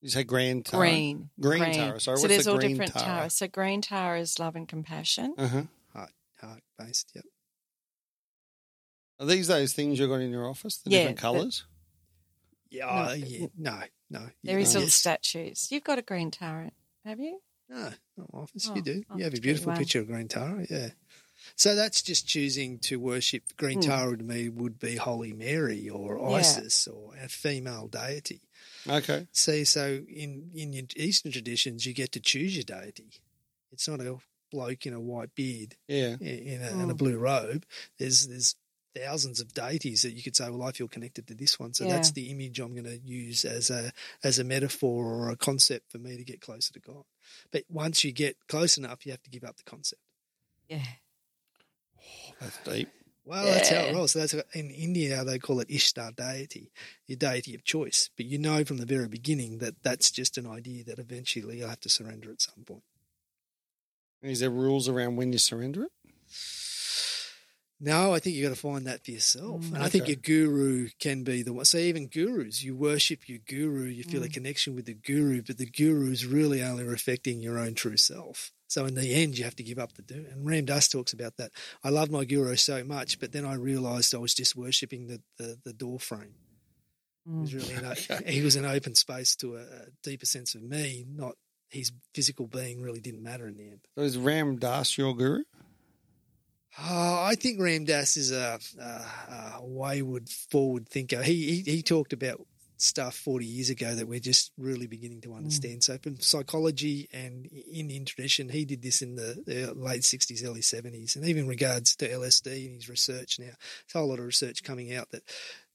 Speaker 2: You say Grand Tara?
Speaker 5: green.
Speaker 2: Green Tara, sorry,
Speaker 5: so
Speaker 2: what's
Speaker 5: there's
Speaker 2: the
Speaker 5: all
Speaker 2: green
Speaker 5: different
Speaker 2: Tara?
Speaker 5: Tara. So green Tara is love and compassion.
Speaker 2: Uh-huh.
Speaker 3: heart based. Yep.
Speaker 2: Are these those things you've got in your office? The
Speaker 5: Yeah,
Speaker 2: different
Speaker 5: the-
Speaker 2: colours?
Speaker 3: Yeah.
Speaker 5: No,
Speaker 3: uh,
Speaker 5: it-
Speaker 3: yeah. No. No.
Speaker 5: There is
Speaker 3: no.
Speaker 5: little statues. You've got a green Tara, have you?
Speaker 3: No, not my office.
Speaker 5: Oh,
Speaker 3: you do.
Speaker 5: I'll
Speaker 3: You have a
Speaker 5: get
Speaker 3: beautiful
Speaker 5: one.
Speaker 3: picture of Green Tara. Yeah. So that's just choosing to worship Green
Speaker 5: Mm.
Speaker 3: Tara to me would be Holy Mary or
Speaker 5: Yeah.
Speaker 3: Isis or a female deity.
Speaker 2: Okay.
Speaker 3: See, so in in your Eastern traditions, you get to choose your deity. It's not a bloke in a white beard
Speaker 2: Yeah.
Speaker 3: in in a, in a
Speaker 5: Mm.
Speaker 3: blue robe. There's there's thousands of deities that you could say, well, I feel connected to this one. So
Speaker 5: Yeah.
Speaker 3: that's the image I'm going to use as a as a metaphor or a concept for me to get closer to God. But once you get close enough, you have to give up the concept.
Speaker 5: Yeah.
Speaker 2: That's deep.
Speaker 3: Well, that's how it
Speaker 5: Yeah.
Speaker 3: rolls. So that's in India how they call it Ishtar deity, your deity of choice. But you know from the very beginning that that's just an idea that eventually I have to surrender at some point.
Speaker 2: Is there rules around when you surrender it?
Speaker 3: No, I think you got to find that for yourself.
Speaker 5: Mm.
Speaker 3: and I think
Speaker 2: Okay.
Speaker 3: your guru can be the one. So even gurus, you worship your guru, you feel a
Speaker 5: Mm.
Speaker 3: connection with the guru, but the guru is really only reflecting your own true self. So in the end, you have to give up the do. And Ram Dass talks about that. I love my guru so much, but then I realized I was just worshiping the, the, the door frame. It was
Speaker 5: Mm.
Speaker 3: really an,
Speaker 5: <laughs>
Speaker 3: o- he was an open space to a, a deeper sense of me, not his physical being really didn't matter in the end.
Speaker 2: So is Ram Das your guru?
Speaker 3: Oh, I think Ram Dass is a, a, a wayward forward thinker. He, he he talked about stuff 40 years ago that we're just really beginning to understand. So from psychology and in in tradition, he did this in the, the late 60s, early 70s, and even regards to LSD and his research now. There's a whole lot of research coming out that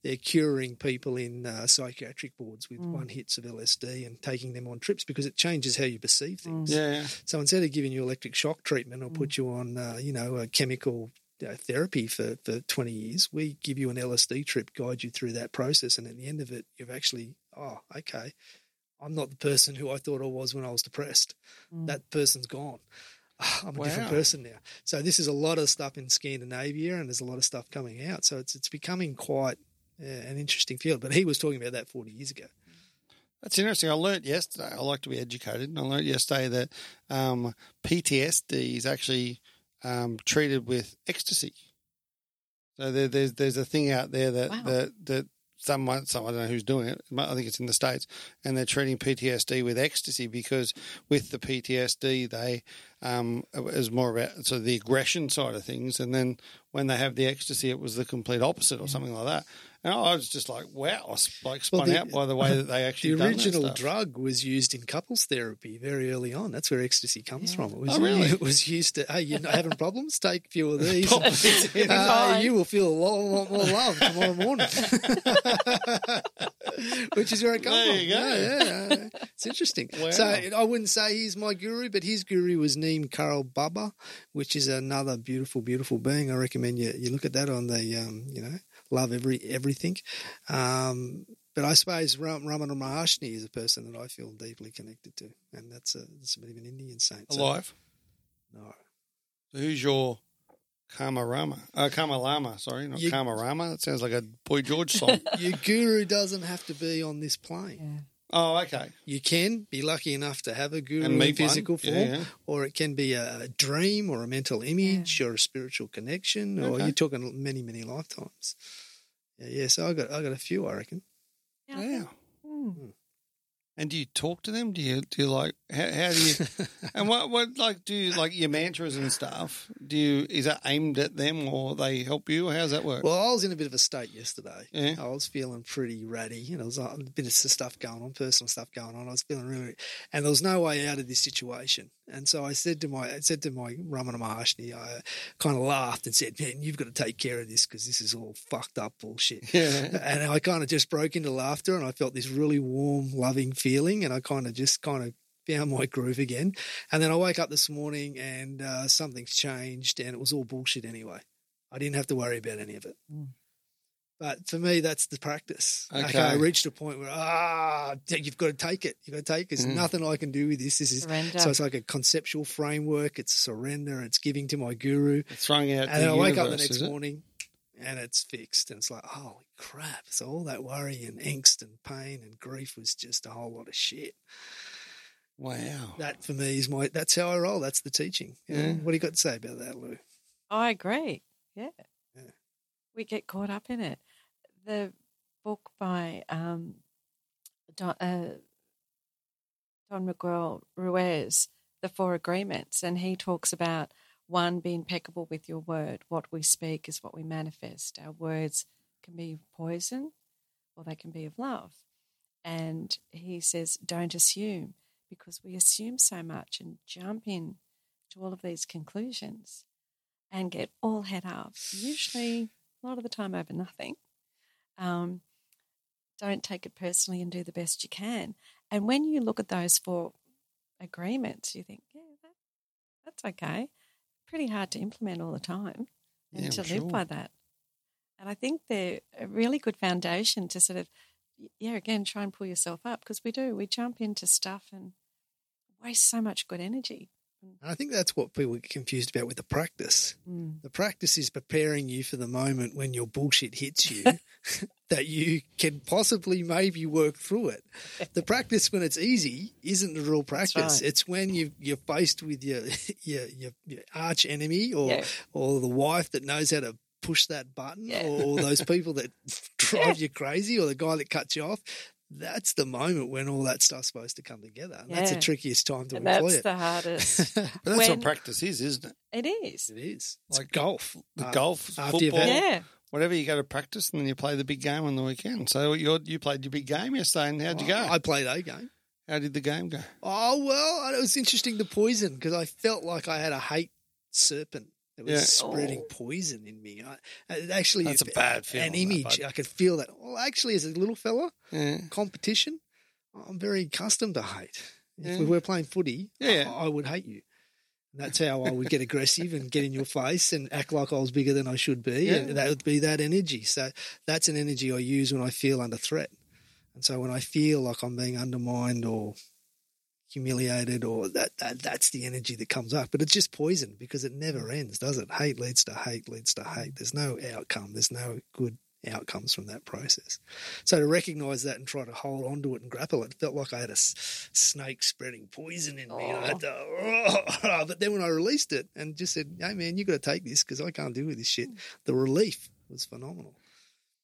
Speaker 3: they're curing people in uh, psychiatric wards with
Speaker 5: Mm.
Speaker 3: one hits of LSD and taking them on trips because it changes how you perceive things.
Speaker 2: Yeah. yeah.
Speaker 3: So instead of giving you electric shock treatment or put you on, uh, you know, a chemical uh, therapy for, for 20 years, we give you an LSD trip, guide you through that process. And at the end of it, you've actually, oh, okay, I'm not the person who I thought I was when I was depressed.
Speaker 5: Mm.
Speaker 3: That person's gone. <sighs> Ah, I'm a different
Speaker 2: Wow.
Speaker 3: person now. So this is a lot of stuff in Scandinavia and there's a lot of stuff coming out. So it's, it's becoming quite uh, an interesting field. But he was talking about that 40 years ago.
Speaker 2: That's interesting. I learnt yesterday. I like to be educated, and I learnt yesterday that um, PTSD is actually um, treated with ecstasy. So there, there's there's a thing out there that
Speaker 5: Wow.
Speaker 2: that that someone some I don't know who's doing it. I think it's in the states, and they're treating PTSD with ecstasy because with the PTSD they um, it was more about so the aggression side of things, and then when they have the ecstasy, it was the complete opposite or something like that. And I was just like, wow, I was like spun
Speaker 3: Well, the-
Speaker 2: out by the way that they actually
Speaker 3: <laughs> the
Speaker 2: done that
Speaker 3: original
Speaker 2: stuff. <laughs>
Speaker 3: drug was used in couples therapy very early on. That's where ecstasy comes
Speaker 5: Yeah.
Speaker 3: from. It was,
Speaker 2: Oh, really?
Speaker 3: <laughs> It was used to, hey, you're not having problems? Take a few of
Speaker 2: <laughs>
Speaker 3: these.
Speaker 2: Pop it in.
Speaker 3: Uh,
Speaker 5: Fine.
Speaker 3: you will feel a lot, lot more love tomorrow morning, <laughs> which is where it comes
Speaker 2: There
Speaker 3: from.
Speaker 2: you go.
Speaker 3: Yeah, yeah. it's interesting.
Speaker 2: Wow.
Speaker 3: So I wouldn't say he's my guru, but his guru was Neem Karl Baba, which is another beautiful, beautiful being. I recommend you you look at that on the um, you know love every everything. Um, but I suppose Ram, Ramana Maharshi is a person that I feel deeply connected to, and that's a that's a bit of an Indian saint. So,
Speaker 2: alive.
Speaker 3: no.
Speaker 2: So who's your Kama Rama? Uh, Kama Lama, sorry, not
Speaker 3: You-
Speaker 2: Kama Rama. That sounds like a Boy George
Speaker 3: <laughs>
Speaker 2: song.
Speaker 3: Your guru doesn't have to be on this plane.
Speaker 5: Yeah.
Speaker 2: oh, okay.
Speaker 3: You can be lucky enough to have a guru
Speaker 2: And meet
Speaker 3: in physical
Speaker 2: one.
Speaker 3: form,
Speaker 2: Yeah, yeah.
Speaker 3: or it can be a dream or a mental image or a spiritual connection, or
Speaker 2: Okay.
Speaker 3: you're talking many, many lifetimes. Yeah, yeah. So I got I got a few, I reckon.
Speaker 5: Yeah, I
Speaker 2: Wow.
Speaker 5: think- Mm.
Speaker 2: And do you talk to them? Do you do you like how, how
Speaker 3: <laughs>
Speaker 2: do you and what what like do you like your mantras and stuff? Do you is that aimed at them or they help you? Or how's that work?
Speaker 3: Well, I was in a bit of a state yesterday.
Speaker 2: Yeah.
Speaker 3: I was feeling pretty ratty. You know, there was a bit of stuff going on, personal stuff going on. I was feeling really, and there was no way out of this situation. And so I said to my, I said to my Ramana Maharshi, I kind of laughed and said, "Man, you've got to take care of this because this is all fucked up
Speaker 2: <laughs>
Speaker 3: bullshit."
Speaker 2: yeah.
Speaker 3: and I kind of just broke into laughter and I felt this really warm, loving feeling. And I kind of just kind of found my groove again. And then I woke up this morning and uh, something's changed and it was all bullshit anyway. I didn't have to worry about any of it.
Speaker 5: Mm.
Speaker 3: But for me, that's the practice. Okay.
Speaker 2: Okay.
Speaker 3: I reached a point where, ah, d- you've got to take it. You've got to take it. There's
Speaker 2: Mm.
Speaker 3: nothing I can do with this. This is
Speaker 5: Surrender.
Speaker 3: So it's like a conceptual framework. It's surrender. It's giving to my guru.
Speaker 2: Throwing out
Speaker 3: And
Speaker 2: the
Speaker 3: then I wake up the
Speaker 2: universe,
Speaker 3: next
Speaker 2: is it?
Speaker 3: morning and it's fixed. And it's like, holy crap. So all that worry and angst and pain and grief was just a whole lot of shit.
Speaker 2: Wow.
Speaker 3: That for me is my, that's how I roll. That's the teaching. you know?
Speaker 2: Yeah.
Speaker 3: What do you got to say about that, Lou?
Speaker 5: I agree. Yeah.
Speaker 3: Yeah.
Speaker 5: We get caught up in it. The book by um, Don, uh, Don Miguel Ruiz, The Four Agreements, and he talks about one, be impeccable with your word. What we speak is what we manifest. Our words can be poison or they can be of love. And he says, don't assume because we assume so much and jump in to all of these conclusions and get all head up, usually a lot of the time over nothing. Um, don't take it personally and do the best you can. And when you look at those four agreements, you think, yeah, that, that's okay. Pretty hard to implement all the time and
Speaker 2: Yeah,
Speaker 5: to
Speaker 2: I'm
Speaker 5: live
Speaker 2: sure.
Speaker 5: by that. And I think they're a really good foundation to sort of, yeah, again, try and pull yourself up because we do. We jump into stuff and waste so much good energy.
Speaker 3: And I think that's what people get confused about with the practice.
Speaker 5: Mm.
Speaker 3: The practice is preparing you for the moment when your bullshit hits
Speaker 5: <laughs>
Speaker 3: you that you can possibly maybe work through it. The practice when it's easy isn't the real
Speaker 5: That's
Speaker 3: practice.
Speaker 5: right.
Speaker 3: It's when you you're faced with your <laughs> your, your, your arch enemy or
Speaker 5: Yeah.
Speaker 3: or the wife that knows how to push that button
Speaker 5: Yeah.
Speaker 3: or, or
Speaker 5: <laughs>
Speaker 3: those people that drive you crazy or the guy that cuts you off. That's the moment when all that stuff's supposed to come together. And That's the
Speaker 5: Yeah.
Speaker 3: trickiest time to
Speaker 5: And
Speaker 3: employ
Speaker 5: that's
Speaker 3: it.
Speaker 5: the hardest.
Speaker 2: But that's
Speaker 5: When-
Speaker 2: what practice is, isn't it?
Speaker 5: it is.
Speaker 3: it is. It's
Speaker 2: Like
Speaker 3: golf.
Speaker 2: The
Speaker 3: Uh,
Speaker 2: golf,
Speaker 3: after you've
Speaker 2: football,
Speaker 3: had-
Speaker 5: Yeah.
Speaker 2: whatever. You go to practice and then you play the big game on the weekend. So you you played your big game yesterday, and how'd you go?
Speaker 3: I played A game.
Speaker 2: How did the game go?
Speaker 3: Oh well, it was interesting the poison because I felt like I had a hate serpent that was
Speaker 2: Yeah.
Speaker 3: spreading poison in me. I, it actually,
Speaker 2: That's a bad feeling,
Speaker 3: An
Speaker 2: that,
Speaker 3: image,
Speaker 2: bud.
Speaker 3: I could feel that. Well, actually, as a little fella,
Speaker 2: Yeah.
Speaker 3: competition, I'm very accustomed to hate.
Speaker 2: Yeah.
Speaker 3: If we were playing footy,
Speaker 2: Mm. Yeah.
Speaker 3: I, I would hate you. And That's how I would get aggressive and get in your face and act like I was bigger than I should be.
Speaker 2: Yeah.
Speaker 3: And that would be that energy. So that's an energy I use when I feel under threat. And so when I feel like I'm being undermined or humiliated or that, that that's the energy that comes up. But it's just poison because it never
Speaker 2: Mm.
Speaker 3: ends, does it? Hate leads to hate leads to hate. There's no outcome. There's no good outcomes from that process. So to recognize that and try to hold on to it and grapple it, it felt like I had a s- snake spreading poison in me. And I had to,
Speaker 2: Oh.
Speaker 3: <laughs> but then when I released it and just said, hey man, you got to take this because I can't deal with this
Speaker 2: Mm.
Speaker 3: shit, the relief was phenomenal.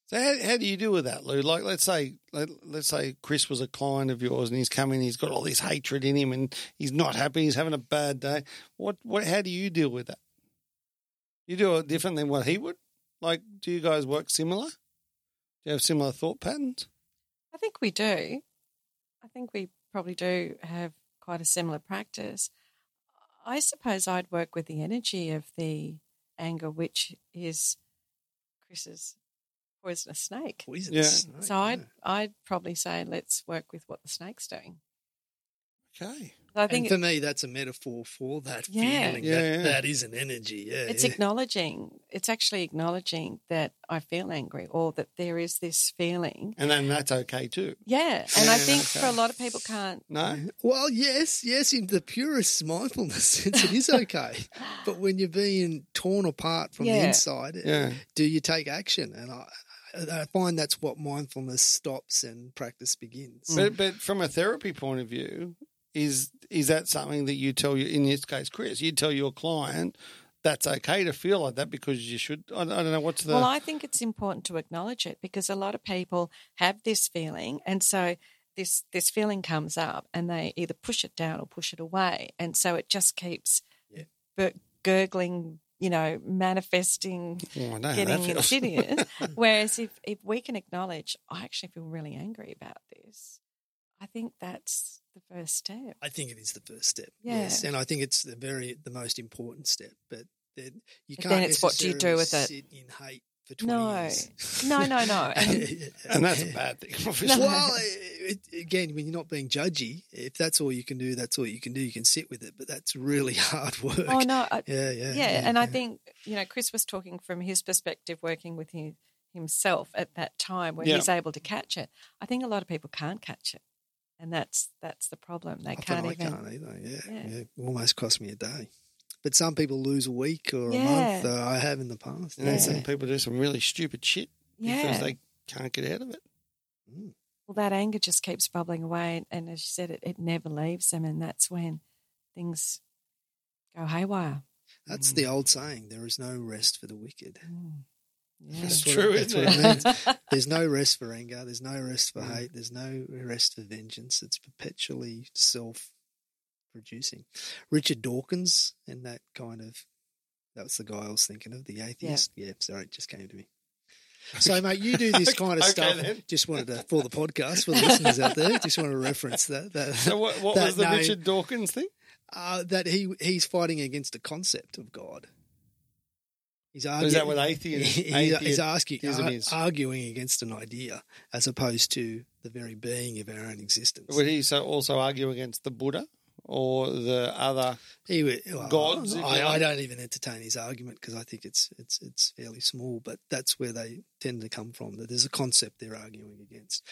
Speaker 2: So how, how do you deal with that, Lou? Like, let's say let, let's say Chris was a client of yours, and he's coming, he's got all this hatred in him, and he's not happy, he's having a bad day. What what? How do you deal with that? You do it different than what he would. Like, do you guys work similar? Do you have similar thought patterns?
Speaker 5: I think we do. I think we probably do have quite a similar practice. I suppose I'd work with the energy of the anger, which is Chris's poisonous snake.
Speaker 3: Poison.
Speaker 2: Yeah.
Speaker 3: snake,
Speaker 5: So I'd, I'd probably say let's work with what the snake's doing.
Speaker 2: Okay,
Speaker 5: So I think
Speaker 3: and for me, that's a metaphor for that
Speaker 5: Yeah.
Speaker 3: feeling.
Speaker 2: Yeah,
Speaker 3: that,
Speaker 2: yeah.
Speaker 3: that is an energy. Yeah,
Speaker 5: it's
Speaker 3: yeah.
Speaker 5: acknowledging, it's actually acknowledging that I feel angry or that there is this feeling.
Speaker 2: and then that's okay too.
Speaker 5: Yeah. And I
Speaker 2: Yeah,
Speaker 5: think
Speaker 2: okay.
Speaker 5: for a lot of people can't
Speaker 2: No,
Speaker 3: Well, yes, yes, in the purest mindfulness <laughs> sense, it is okay. but when you're being torn apart from the
Speaker 5: Yeah.
Speaker 3: inside,
Speaker 2: yeah,
Speaker 3: do you take action? And I, I find that's what mindfulness stops and practice begins.
Speaker 2: but but from a therapy point of view, is is that something that you tell you in this case, Chris? You tell your client. That's okay to feel like that because you should. I, I don't know what's the.
Speaker 5: Well, I think it's important to acknowledge it because a lot of people have this feeling, and so this this feeling comes up, and they either push it down or push it away, and so it just keeps bur- gurgling, you know, manifesting,
Speaker 2: Oh, I know <laughs> how that
Speaker 5: getting
Speaker 2: feels.
Speaker 5: insidious. Whereas if if we can acknowledge, I actually feel really angry about this, I think that's the first step.
Speaker 3: I think it is the first step.
Speaker 5: Yeah.
Speaker 3: Yes, and I think it's the very the most important step. But then you
Speaker 5: But
Speaker 3: can't.
Speaker 5: then it's what do you do with it?
Speaker 3: necessarily Sit in hate for twenty
Speaker 5: No,
Speaker 3: years.
Speaker 5: no,
Speaker 3: <laughs>
Speaker 5: no, no. And
Speaker 2: <laughs> and that's a bad thing. <laughs> Obviously.
Speaker 5: <laughs>
Speaker 3: well, it, it- again, when you're not being judgy, if that's all you can do, that's all you can do. You can sit with it, but that's really <laughs> hard work.
Speaker 5: oh no, I-
Speaker 3: Yeah, yeah,
Speaker 5: yeah, and I think you know Chris was talking from his perspective, working with his, himself at that time when
Speaker 2: Yeah.
Speaker 5: he's able to catch it. I think a lot of people can't catch it, and that's that's the problem. They
Speaker 3: I
Speaker 5: can't
Speaker 3: thought
Speaker 5: even.
Speaker 2: uh,
Speaker 3: I can't either. Yeah.
Speaker 5: Yeah.
Speaker 3: yeah. It almost cost me a day. But some people lose a week or a
Speaker 5: Yeah.
Speaker 3: month. Uh, I have in the past.
Speaker 2: And
Speaker 5: Yeah.
Speaker 2: I've seen people do some really stupid shit
Speaker 5: Yeah.
Speaker 2: because they can't get out of it. <laughs>
Speaker 3: Mm.
Speaker 5: well, that anger just keeps bubbling away, and, and as you said, it, it never leaves them, and that's when things go haywire.
Speaker 3: That's the old saying there is no rest for the wicked.
Speaker 5: Mm. Yeah.
Speaker 2: That's
Speaker 3: what it-
Speaker 2: true,
Speaker 3: that's
Speaker 2: isn't
Speaker 3: what it means.
Speaker 5: it?
Speaker 2: <laughs>
Speaker 3: There's no rest for anger. There's no rest for hate. There's no rest for vengeance. It's perpetually self producing. Richard Dawkins and that kind of that was the guy I was thinking of, the atheist. Yeah, sorry, it just came
Speaker 2: <laughs>
Speaker 3: to me. So, mate, you do this kind of
Speaker 2: Okay,
Speaker 3: stuff.
Speaker 2: then.
Speaker 3: Just wanted to, for the podcast, for the listeners out there, just want to reference that. that
Speaker 2: So what, what
Speaker 3: that-
Speaker 2: was the
Speaker 3: no,
Speaker 2: Richard Dawkins thing?
Speaker 3: Uh, that he he's fighting against the concept of God. He's arguing,
Speaker 2: Is that what
Speaker 3: <laughs>
Speaker 2: atheism-
Speaker 3: He's, he's asking,
Speaker 2: atheism
Speaker 3: ar-
Speaker 2: is?
Speaker 3: arguing against an idea as opposed to the very being of our own existence.
Speaker 2: Would he so also argue against the Buddha or the other? <laughs>
Speaker 3: He would- well,
Speaker 2: Gods, if you
Speaker 3: I, I
Speaker 2: like.
Speaker 3: don't even entertain his argument because I think it's it's it's fairly small, but that's where they tend to come from. That there's a concept they're arguing against.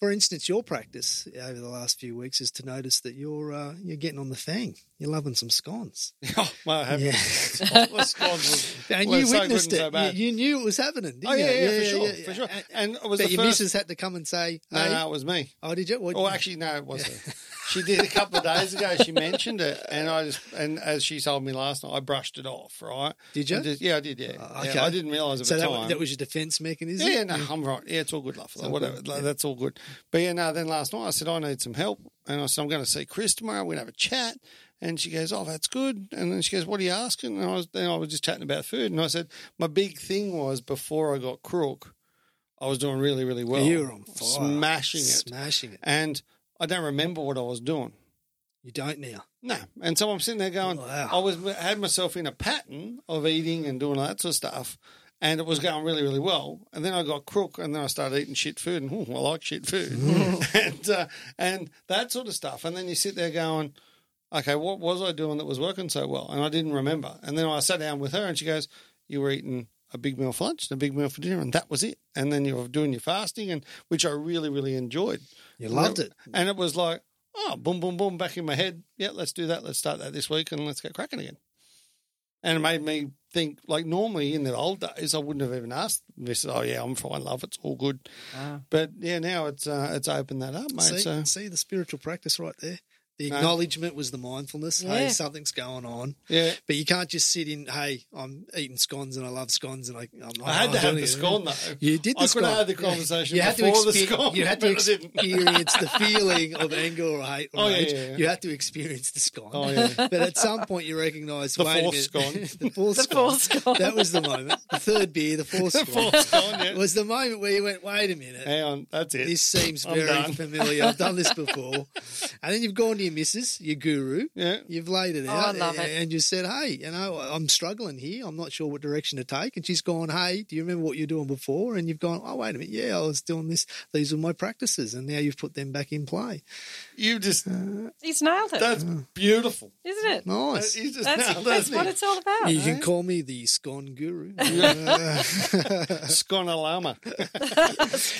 Speaker 3: For instance, your practice over the last few weeks is to notice that you're uh, you're getting on the fang. You're loving some scones.
Speaker 2: Oh, my, I have <laughs>
Speaker 3: Yeah.
Speaker 2: spotless conscience.
Speaker 3: <laughs> And
Speaker 2: Well,
Speaker 3: you
Speaker 2: it's so good
Speaker 3: witnessed
Speaker 2: and so
Speaker 3: it.
Speaker 2: bad.
Speaker 3: you, you knew it was happening, didn't
Speaker 2: Oh yeah,
Speaker 3: you?
Speaker 2: yeah, for sure, for sure.
Speaker 3: And,
Speaker 2: And it was
Speaker 3: but
Speaker 2: the
Speaker 3: your
Speaker 2: first.
Speaker 3: missus had to come and say,
Speaker 2: No,
Speaker 3: hey,
Speaker 2: no, it was me.
Speaker 3: oh, did you? What,
Speaker 2: Oh, actually, no, it wasn't.
Speaker 3: <laughs>
Speaker 2: she did a couple of days ago. She mentioned it, and I just and as she told me last night, I brushed it off. Right?
Speaker 3: Did you?
Speaker 2: I just- yeah, I did. Yeah.
Speaker 3: Oh,
Speaker 2: Yeah,
Speaker 3: okay.
Speaker 2: I didn't realise at
Speaker 3: so
Speaker 2: the
Speaker 3: that,
Speaker 2: time.
Speaker 3: wa- that was your defense mechanism?
Speaker 2: Yeah, no, I'm right. Yeah, it's all good, love.
Speaker 3: all
Speaker 2: Whatever.
Speaker 3: good,
Speaker 2: like,
Speaker 3: yeah.
Speaker 2: That's all good. But yeah, no, then last night I said, I need some help. And I said, I'm going to see Chris tomorrow. We're going to have a chat. And she goes, Oh, that's good. And then she goes, What are you asking? And I was, then I was just chatting about food. And I said, My big thing was before I got crook, I was doing really, really well.
Speaker 3: you were on fire.
Speaker 2: Smashing it.
Speaker 3: Smashing it.
Speaker 2: and I don't remember what I was doing.
Speaker 3: You don't now.
Speaker 2: No. And so I'm sitting there going,
Speaker 3: Wow.
Speaker 2: I was had myself in a pattern of eating and doing all that sort of stuff. And it was going really, really well. And then I got crook and then I started eating shit food. And ooh, I like shit food. <laughs> and, uh, and that sort of stuff. And then you sit there going, okay, what was I doing that was working so well? And I didn't remember. And then I sat down with her and she goes, you were eating a big meal for lunch and a big meal for dinner. And that was it. And then you were doing your fasting, and which I really, really enjoyed.
Speaker 3: You loved it.
Speaker 2: And it was like, oh, boom, boom, boom, back in my head. Yeah, let's do that. Let's start that this week and let's get cracking again. And it made me think, like, normally in the old days, I wouldn't have even asked this. Oh, yeah, I'm fine, love. It's all good.
Speaker 5: Ah.
Speaker 2: But yeah, now it's uh, it's opened that up, mate.
Speaker 3: see,
Speaker 2: so
Speaker 3: see the spiritual practice right there? The
Speaker 2: No.
Speaker 3: acknowledgement was the mindfulness. Hey,
Speaker 5: Yeah.
Speaker 3: something's going on.
Speaker 2: yeah,
Speaker 3: But you can't just sit in, hey, I'm eating scones and I love scones and I, I'm
Speaker 2: I had
Speaker 3: I'm
Speaker 2: to have
Speaker 3: doing
Speaker 2: the
Speaker 3: it.
Speaker 2: scone though.
Speaker 3: Oh, You did
Speaker 2: I
Speaker 3: the
Speaker 2: could
Speaker 3: scone.
Speaker 2: have had the
Speaker 3: Yeah.
Speaker 2: conversation
Speaker 3: You had to
Speaker 2: before the
Speaker 3: expe-
Speaker 2: scone.
Speaker 3: You had
Speaker 2: <laughs> but
Speaker 3: to
Speaker 2: I
Speaker 3: <laughs>
Speaker 2: didn't.
Speaker 3: experience the feeling of anger or hate or
Speaker 2: Oh, yeah,
Speaker 3: rage.
Speaker 2: yeah, yeah.
Speaker 3: You had to experience the scone.
Speaker 2: Oh, yeah.
Speaker 3: But at some point, you recognise
Speaker 2: The
Speaker 3: wait
Speaker 2: fourth
Speaker 3: a minute, <laughs> the fourth
Speaker 5: The
Speaker 3: scone.
Speaker 5: fourth scone.
Speaker 3: That was the moment. The third
Speaker 2: <laughs>
Speaker 3: beer, the fourth
Speaker 2: The
Speaker 3: scone.
Speaker 2: fourth scone, yeah.
Speaker 3: was the moment where you went, wait a minute.
Speaker 2: Hang on, that's it.
Speaker 3: This seems
Speaker 2: I'm
Speaker 3: very
Speaker 2: done.
Speaker 3: familiar. I've done
Speaker 2: <laughs>
Speaker 3: this before. and then you've gone to your missus, your guru.
Speaker 2: Yeah.
Speaker 3: You've laid it
Speaker 5: Oh,
Speaker 3: out.
Speaker 5: I love it.
Speaker 3: And you said, hey, you know, I'm struggling here. I'm not sure what direction to take. And she's gone, hey, do you remember what you were doing before? And you've gone, oh, wait a minute. Yeah, I was doing this. These were my practices. And now you've put them back in play.
Speaker 2: You just
Speaker 5: He's nailed it,
Speaker 2: that's beautiful.
Speaker 5: isn't it?
Speaker 3: Nice.
Speaker 2: You just
Speaker 5: That's,
Speaker 2: nailed
Speaker 5: that's
Speaker 2: it.
Speaker 5: what it's all about.
Speaker 3: You can call me the
Speaker 2: <laughs>
Speaker 3: scone guru.
Speaker 2: Sconalama.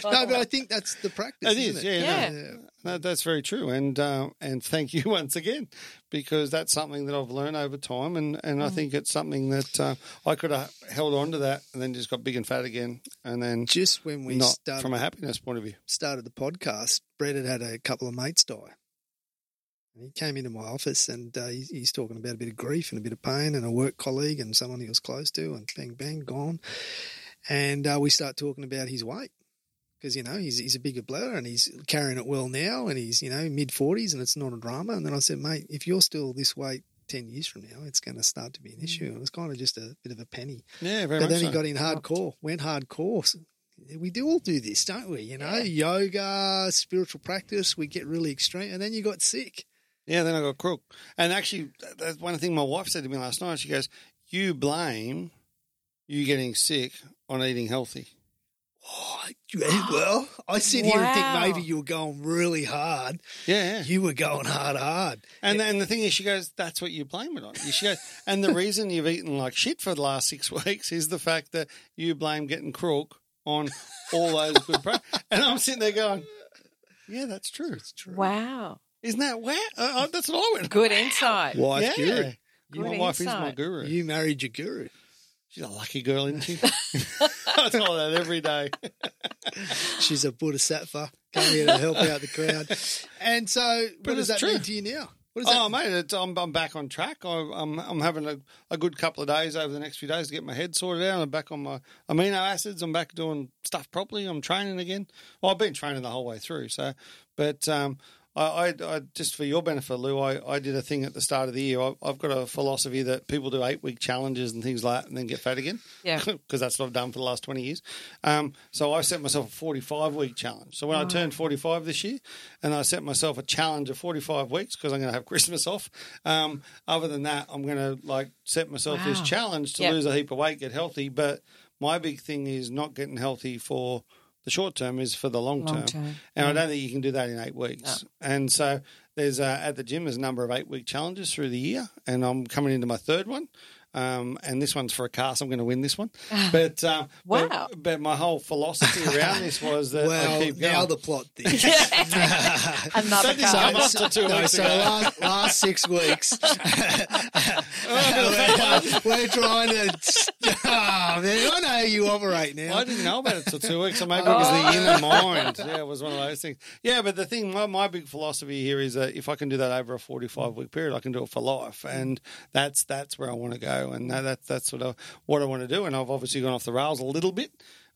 Speaker 3: no, but I think that's the practice.
Speaker 2: It
Speaker 3: isn't
Speaker 2: is,
Speaker 3: it?
Speaker 2: yeah,
Speaker 5: yeah.
Speaker 2: No, that's very true, and uh, and thank you <laughs> once again because that's something that I've learned over time, and, and I think it's something that uh, I could have held on to that, and then just got big and fat again, and then
Speaker 3: Just when we
Speaker 2: not
Speaker 3: started
Speaker 2: from a happiness point of view.
Speaker 3: started the podcast, Brett had had a couple of mates die. And he came into my office and uh, he's, he's talking about a bit of grief and a bit of pain and a work colleague and someone he was close to and bang, bang, gone. And uh, we start talking about his weight because, you know, he's, he's a bigger blower and he's carrying it well now and he's, you know, mid 40s and it's not a drama. And then I said, mate, if you're still this weight 10 years from now, it's going to start to be an issue. And it was kind of just a bit of a penny
Speaker 2: Yeah, very
Speaker 3: but
Speaker 2: much.
Speaker 3: then he
Speaker 2: so.
Speaker 3: got in hardcore, went hardcore. So We do all do this, don't we? You know, yoga, spiritual practice, we get really extreme. And then you got sick.
Speaker 2: yeah, then I got crook, and actually, that- that's one thing my wife said to me last night. She goes, "You blame you getting sick on eating healthy."
Speaker 3: Oh, yeah,
Speaker 2: <gasps>
Speaker 3: well, I sit here and
Speaker 5: Wow.
Speaker 3: think maybe you were going
Speaker 2: <laughs>
Speaker 3: really hard.
Speaker 2: Yeah, yeah.
Speaker 3: You were going hard, hard.
Speaker 2: And and the thing is, she goes, "That's what you blame it on." She goes,
Speaker 3: <laughs>
Speaker 2: <laughs> and the reason you've eaten like shit for the last six weeks is the fact that you blame getting crook on all those good
Speaker 3: <laughs>
Speaker 2: pro. And I'm sitting there going, yeah, that's true. It's true.
Speaker 5: Wow.
Speaker 2: Isn't that wow? Uh, uh, that's what I went.
Speaker 5: Good insight.
Speaker 3: Wife
Speaker 2: yeah.
Speaker 3: guru.
Speaker 2: You- my
Speaker 5: Good
Speaker 2: wife is my
Speaker 5: insight.
Speaker 2: guru.
Speaker 3: You married your guru.
Speaker 2: She's a lucky girl, isn't
Speaker 3: <laughs>
Speaker 2: she? <laughs> I tell her that every day.
Speaker 3: She's a bodhisattva coming here to help out the crowd.
Speaker 2: <laughs>
Speaker 3: And so,
Speaker 2: But
Speaker 3: what does
Speaker 2: it's
Speaker 3: that
Speaker 2: true.
Speaker 3: mean to you now? What does
Speaker 2: Oh,
Speaker 3: that
Speaker 2: mate, it's, I'm, I'm back on track. I, I'm, I'm having a, a good couple of days over the next few days to get my head sorted out. I'm back on my amino acids. I'm back doing stuff properly. I'm training again. Well, I've been training the whole way through. So, but um, I, I, I just for your benefit, Lou, I, I did a thing at the start of the year. I, I've got a philosophy that people do eight week challenges and things like that and then get fat again. <laughs>
Speaker 5: Yeah. <laughs>
Speaker 2: because that's what I've done for the last 20 years. Um, so I set myself a 45 week challenge. So when I turned 45 this year, and I set myself a challenge of 45 weeks because I'm going to have Christmas off. Um, other than that, I'm going to like set myself this
Speaker 5: Wow.
Speaker 2: challenge to
Speaker 5: Yep.
Speaker 2: lose a heap of weight, get healthy. But my big thing is not getting healthy for the short term, is for the long,
Speaker 5: Long
Speaker 2: term.
Speaker 5: term.
Speaker 2: And I don't think you can do that in eight weeks. And so there's uh, at the gym there's a number of eight week challenges through the year, and I'm coming into my third one. Um, and this one's for a car, so I'm going to win this one.
Speaker 3: Ah.
Speaker 2: But uh,
Speaker 5: Wow.
Speaker 2: But, but my whole philosophy around this was that I
Speaker 3: Well,
Speaker 2: keep going.
Speaker 3: now the plot
Speaker 2: <laughs>
Speaker 3: thing.
Speaker 5: Another
Speaker 2: That is
Speaker 5: guy.
Speaker 2: I'm up to two
Speaker 3: no,
Speaker 2: weeks
Speaker 3: so
Speaker 2: ago.
Speaker 3: last, last six
Speaker 2: <laughs>
Speaker 3: weeks, <laughs> we're, we're trying to. Ah, man, I know how you operate now.
Speaker 2: Well, I didn't know about it till two weeks, so maybe it was the
Speaker 5: Oh.
Speaker 2: inner mind. Yeah, it was one of those things. Yeah, but the thing, my, my big philosophy here is that if I can do that over a forty-five week period, I can do it for life, and that's that's where I want to go, and that, that that's sort of what I want to do. And I've obviously gone off the rails a little bit,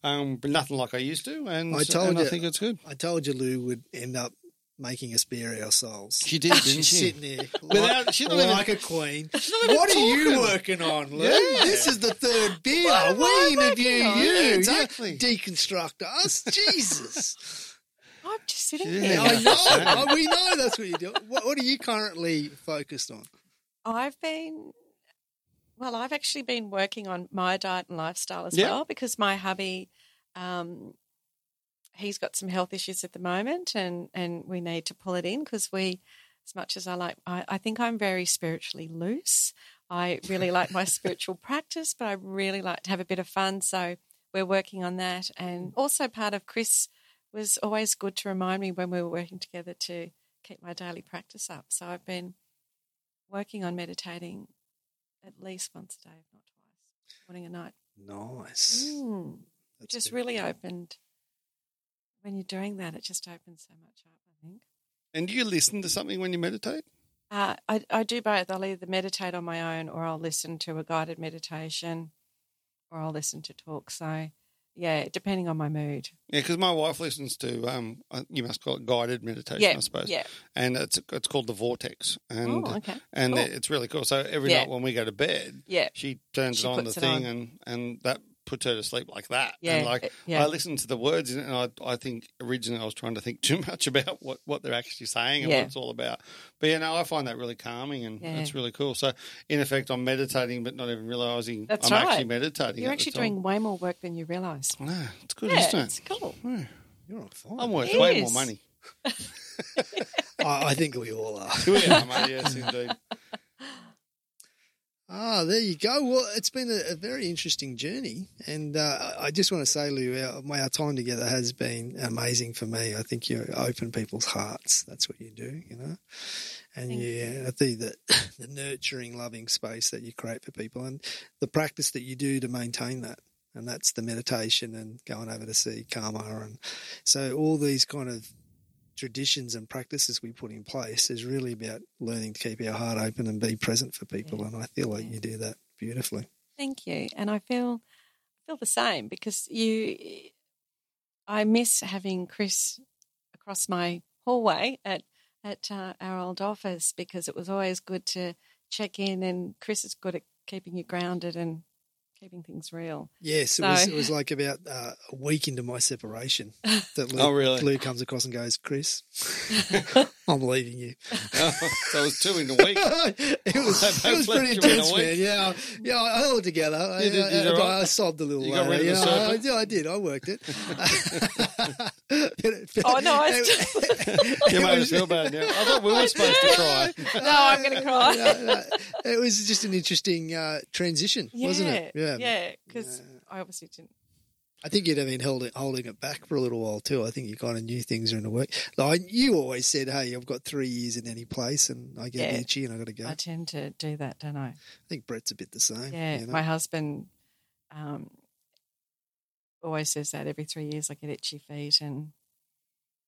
Speaker 2: um, but nothing like I used to. And
Speaker 3: I told
Speaker 2: and I
Speaker 3: you.
Speaker 2: think it's good.
Speaker 3: I told you Lou would end up making us bare our souls.
Speaker 2: She did, didn't
Speaker 3: She's
Speaker 2: she?
Speaker 3: sitting there
Speaker 2: Without-
Speaker 3: like,
Speaker 2: she's not even-
Speaker 3: like a queen.
Speaker 2: even
Speaker 3: what are you
Speaker 2: talking.
Speaker 3: working on, Lou?
Speaker 2: Yeah.
Speaker 3: This is the third beer.
Speaker 5: What am I
Speaker 3: we interview
Speaker 5: working
Speaker 3: you.
Speaker 5: on?
Speaker 2: Yeah,
Speaker 3: You
Speaker 2: exactly.
Speaker 3: Deconstruct
Speaker 2: <laughs>
Speaker 3: us. Jesus.
Speaker 5: I'm just sitting
Speaker 2: Yeah.
Speaker 5: here.
Speaker 3: I know. I- we know that's what you do. What, what are you currently focused on?
Speaker 5: I've been, well, I've actually been working on my diet and lifestyle as
Speaker 2: Yeah.
Speaker 5: well because my hubby, um, he's got some health issues at the moment, and and we need to pull it in because we, as much as I like, I, I think I'm very spiritually loose. I really
Speaker 2: <laughs>
Speaker 5: like my spiritual practice, but I really like to have a bit of fun. So we're working on that, and also part of Chris was always good to remind me when we were working together to keep my daily practice up. So I've been working on meditating at least once a day, if not twice, morning and night.
Speaker 3: Nice.
Speaker 5: Mm.
Speaker 3: That's
Speaker 5: Just
Speaker 3: good.
Speaker 5: really opened. When you're doing that, it just opens so much up, I think.
Speaker 2: And do you listen to something when you meditate?
Speaker 5: Uh, I, I do both. I'll either meditate on my own or I'll listen to a guided meditation or I'll listen to talk. So, yeah, depending on my mood.
Speaker 2: Yeah, because my wife listens to um, uh, you must call it guided meditation,
Speaker 5: Yeah,
Speaker 2: I suppose.
Speaker 5: yeah.
Speaker 2: and it's it's called the vortex, and
Speaker 5: Oh, okay.
Speaker 2: and
Speaker 5: Cool.
Speaker 2: it's really cool. So every
Speaker 5: Yeah.
Speaker 2: night when we go to bed,
Speaker 5: Yeah.
Speaker 2: she turns
Speaker 5: She
Speaker 2: on the
Speaker 5: puts it
Speaker 2: thing,
Speaker 5: on.
Speaker 2: and and that puts her to sleep like that.
Speaker 5: Yeah,
Speaker 2: and like
Speaker 5: it- yeah.
Speaker 2: I listen to the words, in it and I I think originally I was trying to think <laughs> too much about what what they're actually saying and
Speaker 5: Yeah.
Speaker 2: what it's all about. But you know, I find that really calming, and
Speaker 5: Yeah.
Speaker 2: it's really cool. So in effect, I'm meditating, but not even realizing
Speaker 5: That's
Speaker 2: I'm actually
Speaker 5: right.
Speaker 2: meditating.
Speaker 5: You're
Speaker 2: at the
Speaker 5: actually
Speaker 2: time.
Speaker 5: doing way more work than you realise.
Speaker 2: No, it's good,
Speaker 5: Yeah,
Speaker 2: isn't
Speaker 5: it's
Speaker 2: it?
Speaker 5: cool.
Speaker 3: You're on fire.
Speaker 2: I'm worth
Speaker 5: It
Speaker 2: way more
Speaker 5: is. <laughs>
Speaker 2: money.
Speaker 3: I, I think we all are.
Speaker 2: Yeah, mate, yes, indeed. <laughs>
Speaker 3: Ah, there you go. Well, it's been a, a very interesting journey, and uh, I- I just want to say, Lou, our, my- our time together has been amazing for me. I think you open people's hearts. That's what you do, you know. And
Speaker 5: Thank
Speaker 3: yeah, I think that <laughs> the nurturing, loving space that you create for people, and the practice that you do to maintain that, and that's the meditation and going over to see karma, and so all these kind of traditions and practices we put in place is really about learning to keep our heart open and be present for people. And I feel like you do that beautifully.
Speaker 5: Thank you, and I feel I feel the same because you. eh, I miss having Chris across my hallway at at uh, our old office because it was always good to check in, and Chris is good at keeping you grounded and keeping
Speaker 3: <laughs>
Speaker 5: things real.
Speaker 3: Yes, it was,
Speaker 5: <laughs> No.
Speaker 3: it was like about uh, a week into my
Speaker 5: <laughs>
Speaker 3: separation that Lou,
Speaker 2: Oh, really?
Speaker 3: Lou comes across and goes, <laughs> Chris, I'm leaving you.
Speaker 2: Oh, so it was two in a
Speaker 5: <laughs>
Speaker 2: week.
Speaker 3: <laughs> it was,
Speaker 2: They
Speaker 3: <laughs> it was
Speaker 2: both
Speaker 3: pretty
Speaker 2: left you in a
Speaker 3: intense,
Speaker 2: week.
Speaker 3: man. Yeah, yeah. I held together. I,
Speaker 2: You did- you
Speaker 3: I-
Speaker 2: did all
Speaker 3: I,
Speaker 2: right?
Speaker 3: sobbed a little.
Speaker 2: You got
Speaker 3: later.
Speaker 2: rid of the
Speaker 3: yeah, I,
Speaker 2: serpent?
Speaker 3: yeah, I did. I worked <laughs> it.
Speaker 5: Oh, no, I
Speaker 3: <laughs>
Speaker 5: <laughs>
Speaker 2: You made us feel bad now. I thought we were supposed to cry.
Speaker 5: No, I'm going to cry. <laughs>
Speaker 3: No, no, it was just an interesting uh, transition, wasn't it?
Speaker 5: Yeah, yeah, because I obviously didn't
Speaker 3: I think you'd have been holding holding it back for a little while too. I think you kind of knew things are in the work. Like you always said, "Hey, I've got three years in any place, and I get
Speaker 5: Yeah.
Speaker 3: itchy, and I got to go."
Speaker 5: I
Speaker 3: I
Speaker 5: tend to do that, don't I?
Speaker 3: think Brett's a bit the same.
Speaker 5: Yeah,
Speaker 3: you know?
Speaker 5: my husband um, always says that every three years I get itchy feet and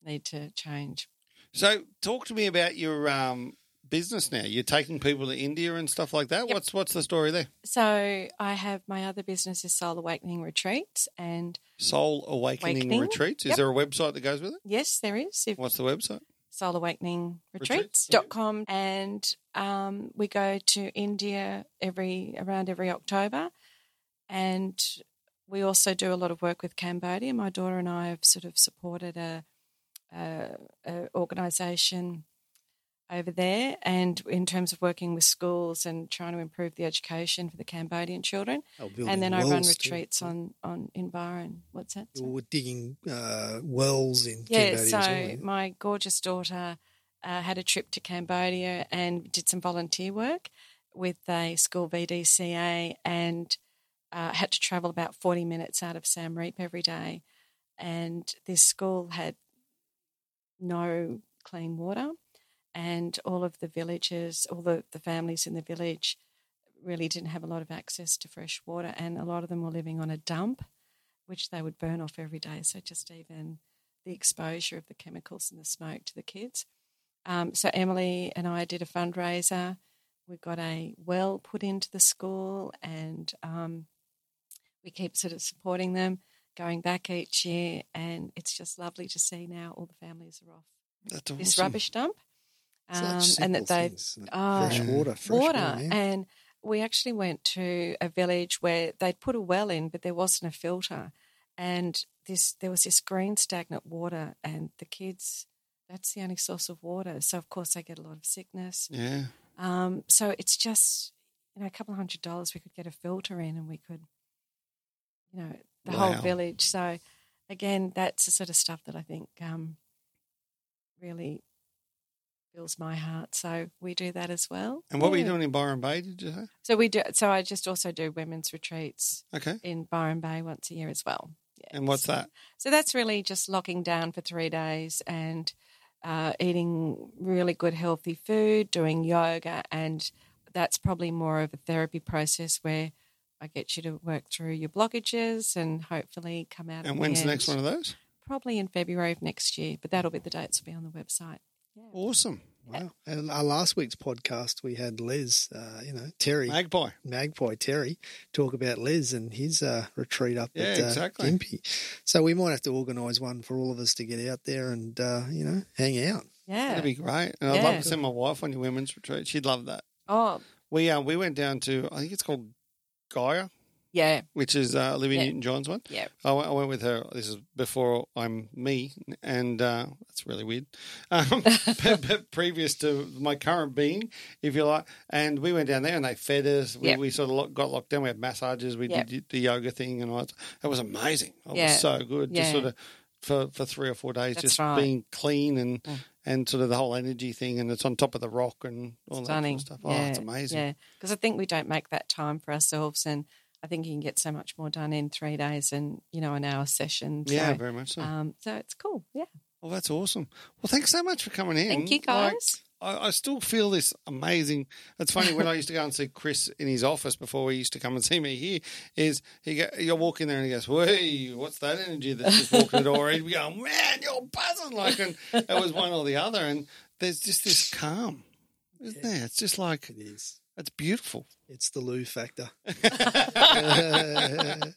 Speaker 5: need to change.
Speaker 2: So, talk to me about your um, business now. You're taking people to India and stuff like that.
Speaker 5: Yep.
Speaker 2: What's what's the story there?
Speaker 5: So I have my other business is Soul Awakening Retreats, and
Speaker 2: Soul Awakening,
Speaker 5: Awakening.
Speaker 2: Retreats. Is
Speaker 5: Yep.
Speaker 2: there a website that goes with it?
Speaker 5: yes, there is. If
Speaker 2: What's the website?
Speaker 5: Soul Awakening
Speaker 2: Retreats,
Speaker 5: Retreats.com. And um, we go to India every around every October. And we also do a lot of work with Cambodia. My daughter and I have sort of supported a, a, a organization over there and in terms of working with schools and trying to improve the education for the Cambodian children.
Speaker 3: Oh, building
Speaker 5: and then I run
Speaker 3: wells too.
Speaker 5: retreats on, on in Byron. What's that? sorry?
Speaker 3: You're digging uh, wells in
Speaker 5: Yeah,
Speaker 3: Cambodia as
Speaker 5: so
Speaker 3: well, yeah?
Speaker 5: my gorgeous daughter uh, had a trip to Cambodia and did some volunteer work with a school VDCA and uh, had to travel about 40 minutes out of Sam Reap every day. And this school had no clean water, and all of the villagers, all the, the families in the village really didn't have a lot of access to fresh water, and a lot of them were living on a dump, which they would burn off every day. So just even the exposure of the chemicals and the smoke to the kids. Um, so Emily and I did a fundraiser. We got a well put into the school, and um, we keep sort of supporting them, going back each year, and it's just lovely to see now all the families are off
Speaker 2: That's
Speaker 5: this
Speaker 2: awesome.
Speaker 5: rubbish dump,
Speaker 3: Such
Speaker 5: um, and
Speaker 3: simple
Speaker 5: that they
Speaker 3: things, isn't it?
Speaker 5: oh,
Speaker 3: fresh water, fresh
Speaker 5: water.
Speaker 3: yeah.
Speaker 5: And we actually went to a village where they'd put a well in, but there wasn't a filter. And this there was this green stagnant water, and the kids that's the only source of water. So of course they get a lot of sickness.
Speaker 2: Yeah.
Speaker 5: Um, so it's just you know a couple of hundred dollars we could get a filter in, and we could you know the
Speaker 2: Wow.
Speaker 5: whole village. So again, that's the sort of stuff that I think um, really fills my heart. So we do that as well.
Speaker 2: And what were you
Speaker 5: Yeah.
Speaker 2: doing in Byron Bay? Did you say?
Speaker 5: So we do. So I just also do women's retreats
Speaker 2: Okay.
Speaker 5: in Byron Bay once a year as well. Yeah.
Speaker 2: And what's
Speaker 5: So-
Speaker 2: that?
Speaker 5: So that's really just locking down for three days and uh, eating really good healthy food, doing yoga, and that's probably more of a therapy process where I get you to work through your blockages and hopefully come out. at
Speaker 2: And when's the next
Speaker 5: end.
Speaker 2: one of those?
Speaker 5: Probably in February of next year, but that'll be the dates will be on the website.
Speaker 2: Awesome.
Speaker 3: Wow. And our last week's podcast, we had Les, uh, you know, Terry,
Speaker 2: Magpie.
Speaker 3: Magpie Terry, talk about Les and his uh, retreat up
Speaker 2: Yeah,
Speaker 3: at uh,
Speaker 2: exactly.
Speaker 3: Gympie. So we might have to organise one for all of us to get out there and, uh, you know, hang out.
Speaker 5: Yeah.
Speaker 2: That'd be great. And I'd love
Speaker 5: Yeah.
Speaker 2: to send my wife on your women's retreat. She'd love that.
Speaker 5: oh,
Speaker 2: We uh, we went down to I think it's called Gaia,
Speaker 5: yeah,
Speaker 2: which is uh, Olivia
Speaker 5: Yeah.
Speaker 2: Newton John's one.
Speaker 5: yeah.
Speaker 2: I went, I went with her. This is before I'm me, and uh, that's really weird.
Speaker 5: <laughs>
Speaker 2: Um, but, but previous to my current being, if you like. And we went down there, and they fed us. We,
Speaker 5: Yep.
Speaker 2: we sort of lo- got locked down. We had massages. We
Speaker 5: Yep.
Speaker 2: did the yoga thing, and all that. It was amazing. It
Speaker 5: Yeah.
Speaker 2: was so good. Just
Speaker 5: Yeah.
Speaker 2: sort of for, for three or four days,
Speaker 5: That's
Speaker 2: just
Speaker 5: right.
Speaker 2: being clean and
Speaker 5: Mm.
Speaker 2: and sort of the whole energy thing. And it's on top of the rock and all
Speaker 5: stunning.
Speaker 2: that sort of stuff. Oh, it's amazing.
Speaker 5: Yeah, because I think we don't make that time for ourselves, and I think you can get so much more done in three days and you know an hour session. So,
Speaker 2: Yeah, very much so.
Speaker 5: um, so it's cool. Yeah,
Speaker 2: well, that's awesome. Well, thanks so much for coming in.
Speaker 5: thank you
Speaker 2: Like,
Speaker 5: guys.
Speaker 2: I, I still feel this amazing. It's funny when I used to go and see Chris in his office before he used to come and see me here. Is he? Go, you walk in there and he goes, "Hey, what's that energy that's just walking the door?" He'd be going, "Man, you're buzzing!" Like, and it was one or the other. And there's just this calm, isn't there? It's just like
Speaker 3: It is.
Speaker 2: it's beautiful.
Speaker 3: It's the Lou factor.
Speaker 2: <laughs>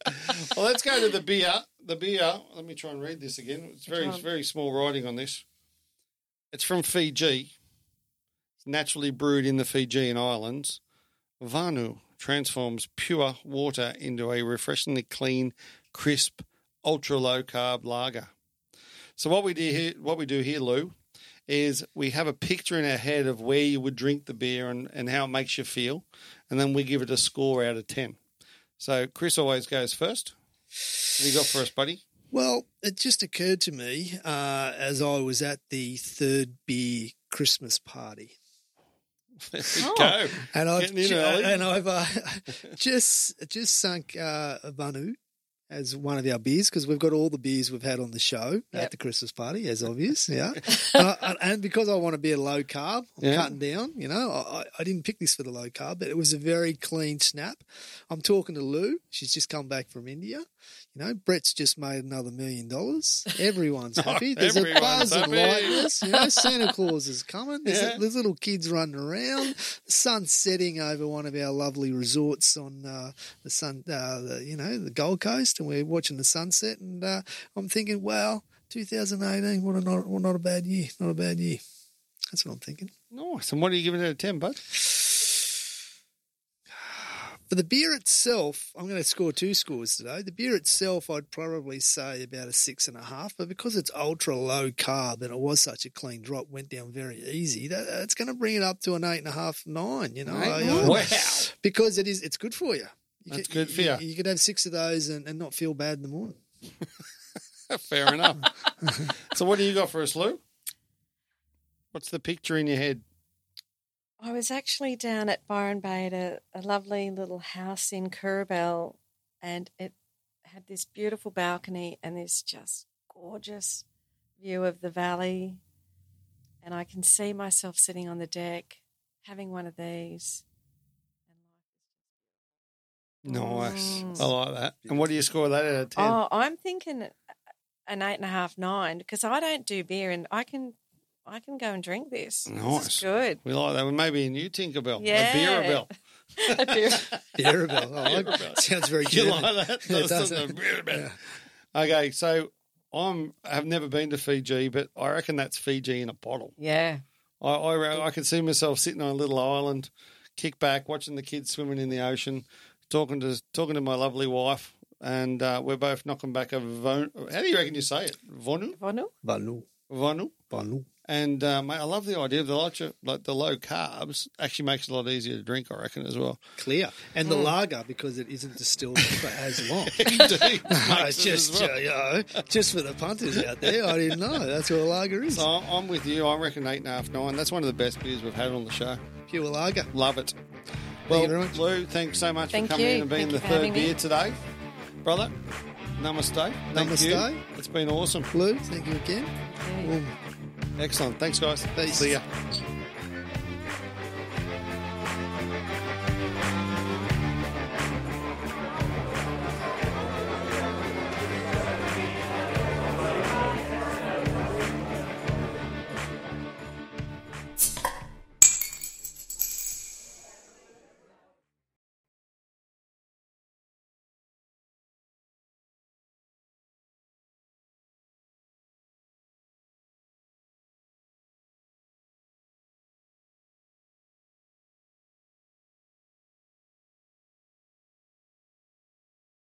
Speaker 2: Well, let's go to the beer. The beer. Let me try and read this again. It's very,
Speaker 5: one?
Speaker 2: very small writing on this. It's from Fiji. It's naturally brewed in the Fijian Islands. Vanu transforms pure water into a refreshingly clean, crisp, ultra low carb lager. So what we do here, what we do here, Lou, is we have a picture in our head of where you would drink the beer and, and how it makes you feel, and then we give it a score out of ten. So Chris always goes first. What you got for us, buddy?
Speaker 3: Well, it just occurred to me uh, as I was at the third beer Christmas party.
Speaker 2: There we
Speaker 5: Oh.
Speaker 2: go.
Speaker 3: And I've, <laughs>
Speaker 2: Getting in early.
Speaker 3: and I've uh, just just sunk uh, Vanu as one of our beers because we've got all the beers we've had on the show
Speaker 5: Yep.
Speaker 3: at the Christmas party,
Speaker 2: <laughs>
Speaker 3: as obvious. Yeah, and, I, and because I want to be a low carb, I'm
Speaker 2: Yeah.
Speaker 3: cutting down. You know, I, I- I didn't pick this for the low carb, but it was a very clean snap. I'm talking to Lou. She's just come back from India. You know, Brett's just made another million dollars.
Speaker 2: <laughs>
Speaker 3: Everyone's happy. There's a
Speaker 2: everyone's
Speaker 3: buzz of
Speaker 2: happy.
Speaker 3: lightness. You know, Santa Claus is coming. There's,
Speaker 2: Yeah.
Speaker 3: there's little kids running around. The sun's setting over one of our lovely resorts on uh, the sun, uh, the, you know, the Gold Coast, and we're watching the sunset. And uh, I'm thinking, wow, 2018, what a not, well, not a bad year, not a bad year. That's what I'm thinking.
Speaker 2: Nice. And what are you giving it a 10, bud?
Speaker 3: For the beer itself, I'm going to score two scores today. The beer itself, I'd probably say about a six and a half, but because it's ultra low carb and it was such a clean drop, went down very easy. That, it's going to bring it up to an eight and a half, nine. You know, I, uh,
Speaker 2: Wow.
Speaker 3: because it is, it's good for you. you
Speaker 2: That's
Speaker 3: could-
Speaker 2: good for you.
Speaker 3: You, could have six of those and, and not feel bad in
Speaker 2: <laughs>
Speaker 3: the morning.
Speaker 2: Fair enough. <laughs> so what do you got for us, Lou? What's the picture in your head?
Speaker 5: I was actually down at Byron Bay at a, a lovely little house in Currabell, and it had this beautiful balcony and this just gorgeous view of the valley. And I can see myself sitting on the deck having one of these.
Speaker 2: Nice.
Speaker 5: Mm.
Speaker 2: I like that. And what do you score that out of 10?
Speaker 5: Oh, I'm thinking an eight and a half, nine, because I don't do beer and I can I can go and drink this. This
Speaker 2: Nice.
Speaker 5: is good.
Speaker 2: We like that. Maybe a new Tinkerbell.
Speaker 5: Yeah.
Speaker 2: A Beerabell.
Speaker 5: A beer- <laughs>
Speaker 3: Beerabell. Oh, I like
Speaker 2: Beerabell.
Speaker 3: Sounds very
Speaker 2: You
Speaker 3: German.
Speaker 2: like that?
Speaker 3: Yeah, it
Speaker 2: That's
Speaker 3: does.
Speaker 2: not a Beerabell.
Speaker 3: Yeah.
Speaker 2: Okay, so I'm I have never been to Fiji, but I reckon that's Fiji in a bottle.
Speaker 5: yeah.
Speaker 2: I I, re- I could see myself sitting on a little island, kick back, watching the kids swimming in the ocean, talking to talking to my lovely wife, and uh, we're both knocking back a von. How do you reckon you say it? Vonu,
Speaker 5: Vonu?
Speaker 3: Balu,
Speaker 2: vonu.
Speaker 3: balu.
Speaker 2: And um, I love the idea of the lot like the low carbs actually makes it a lot easier to drink. I reckon as well. <laughs>
Speaker 3: Clear. And
Speaker 2: Hmm.
Speaker 3: the lager, because it isn't distilled for
Speaker 2: <laughs>
Speaker 3: as long.
Speaker 2: Indeed,
Speaker 3: No,
Speaker 2: makes
Speaker 3: it's
Speaker 2: it
Speaker 3: just
Speaker 2: as well.
Speaker 3: uh, you know, just for the punters out there. I didn't know that's what a lager is.
Speaker 2: So I'm I'm with you. I reckon eight and a half, nine. That's one of the best beers we've had on the show.
Speaker 3: Pure lager.
Speaker 2: Love it.
Speaker 3: you
Speaker 2: Well,
Speaker 3: very much.
Speaker 2: Lou, thanks so much
Speaker 5: Thank
Speaker 2: for coming
Speaker 5: you.
Speaker 2: in and being
Speaker 5: Thank
Speaker 2: the
Speaker 5: you for having
Speaker 2: third
Speaker 5: me.
Speaker 2: beer today. Brother, namaste. Thank
Speaker 3: Namaste.
Speaker 2: you. It's been awesome.
Speaker 3: Lou, thank you again.
Speaker 5: Yeah.
Speaker 3: Well,
Speaker 2: Excellent. Thanks, guys.
Speaker 3: Peace.
Speaker 2: See ya.
Speaker 5: Cheers.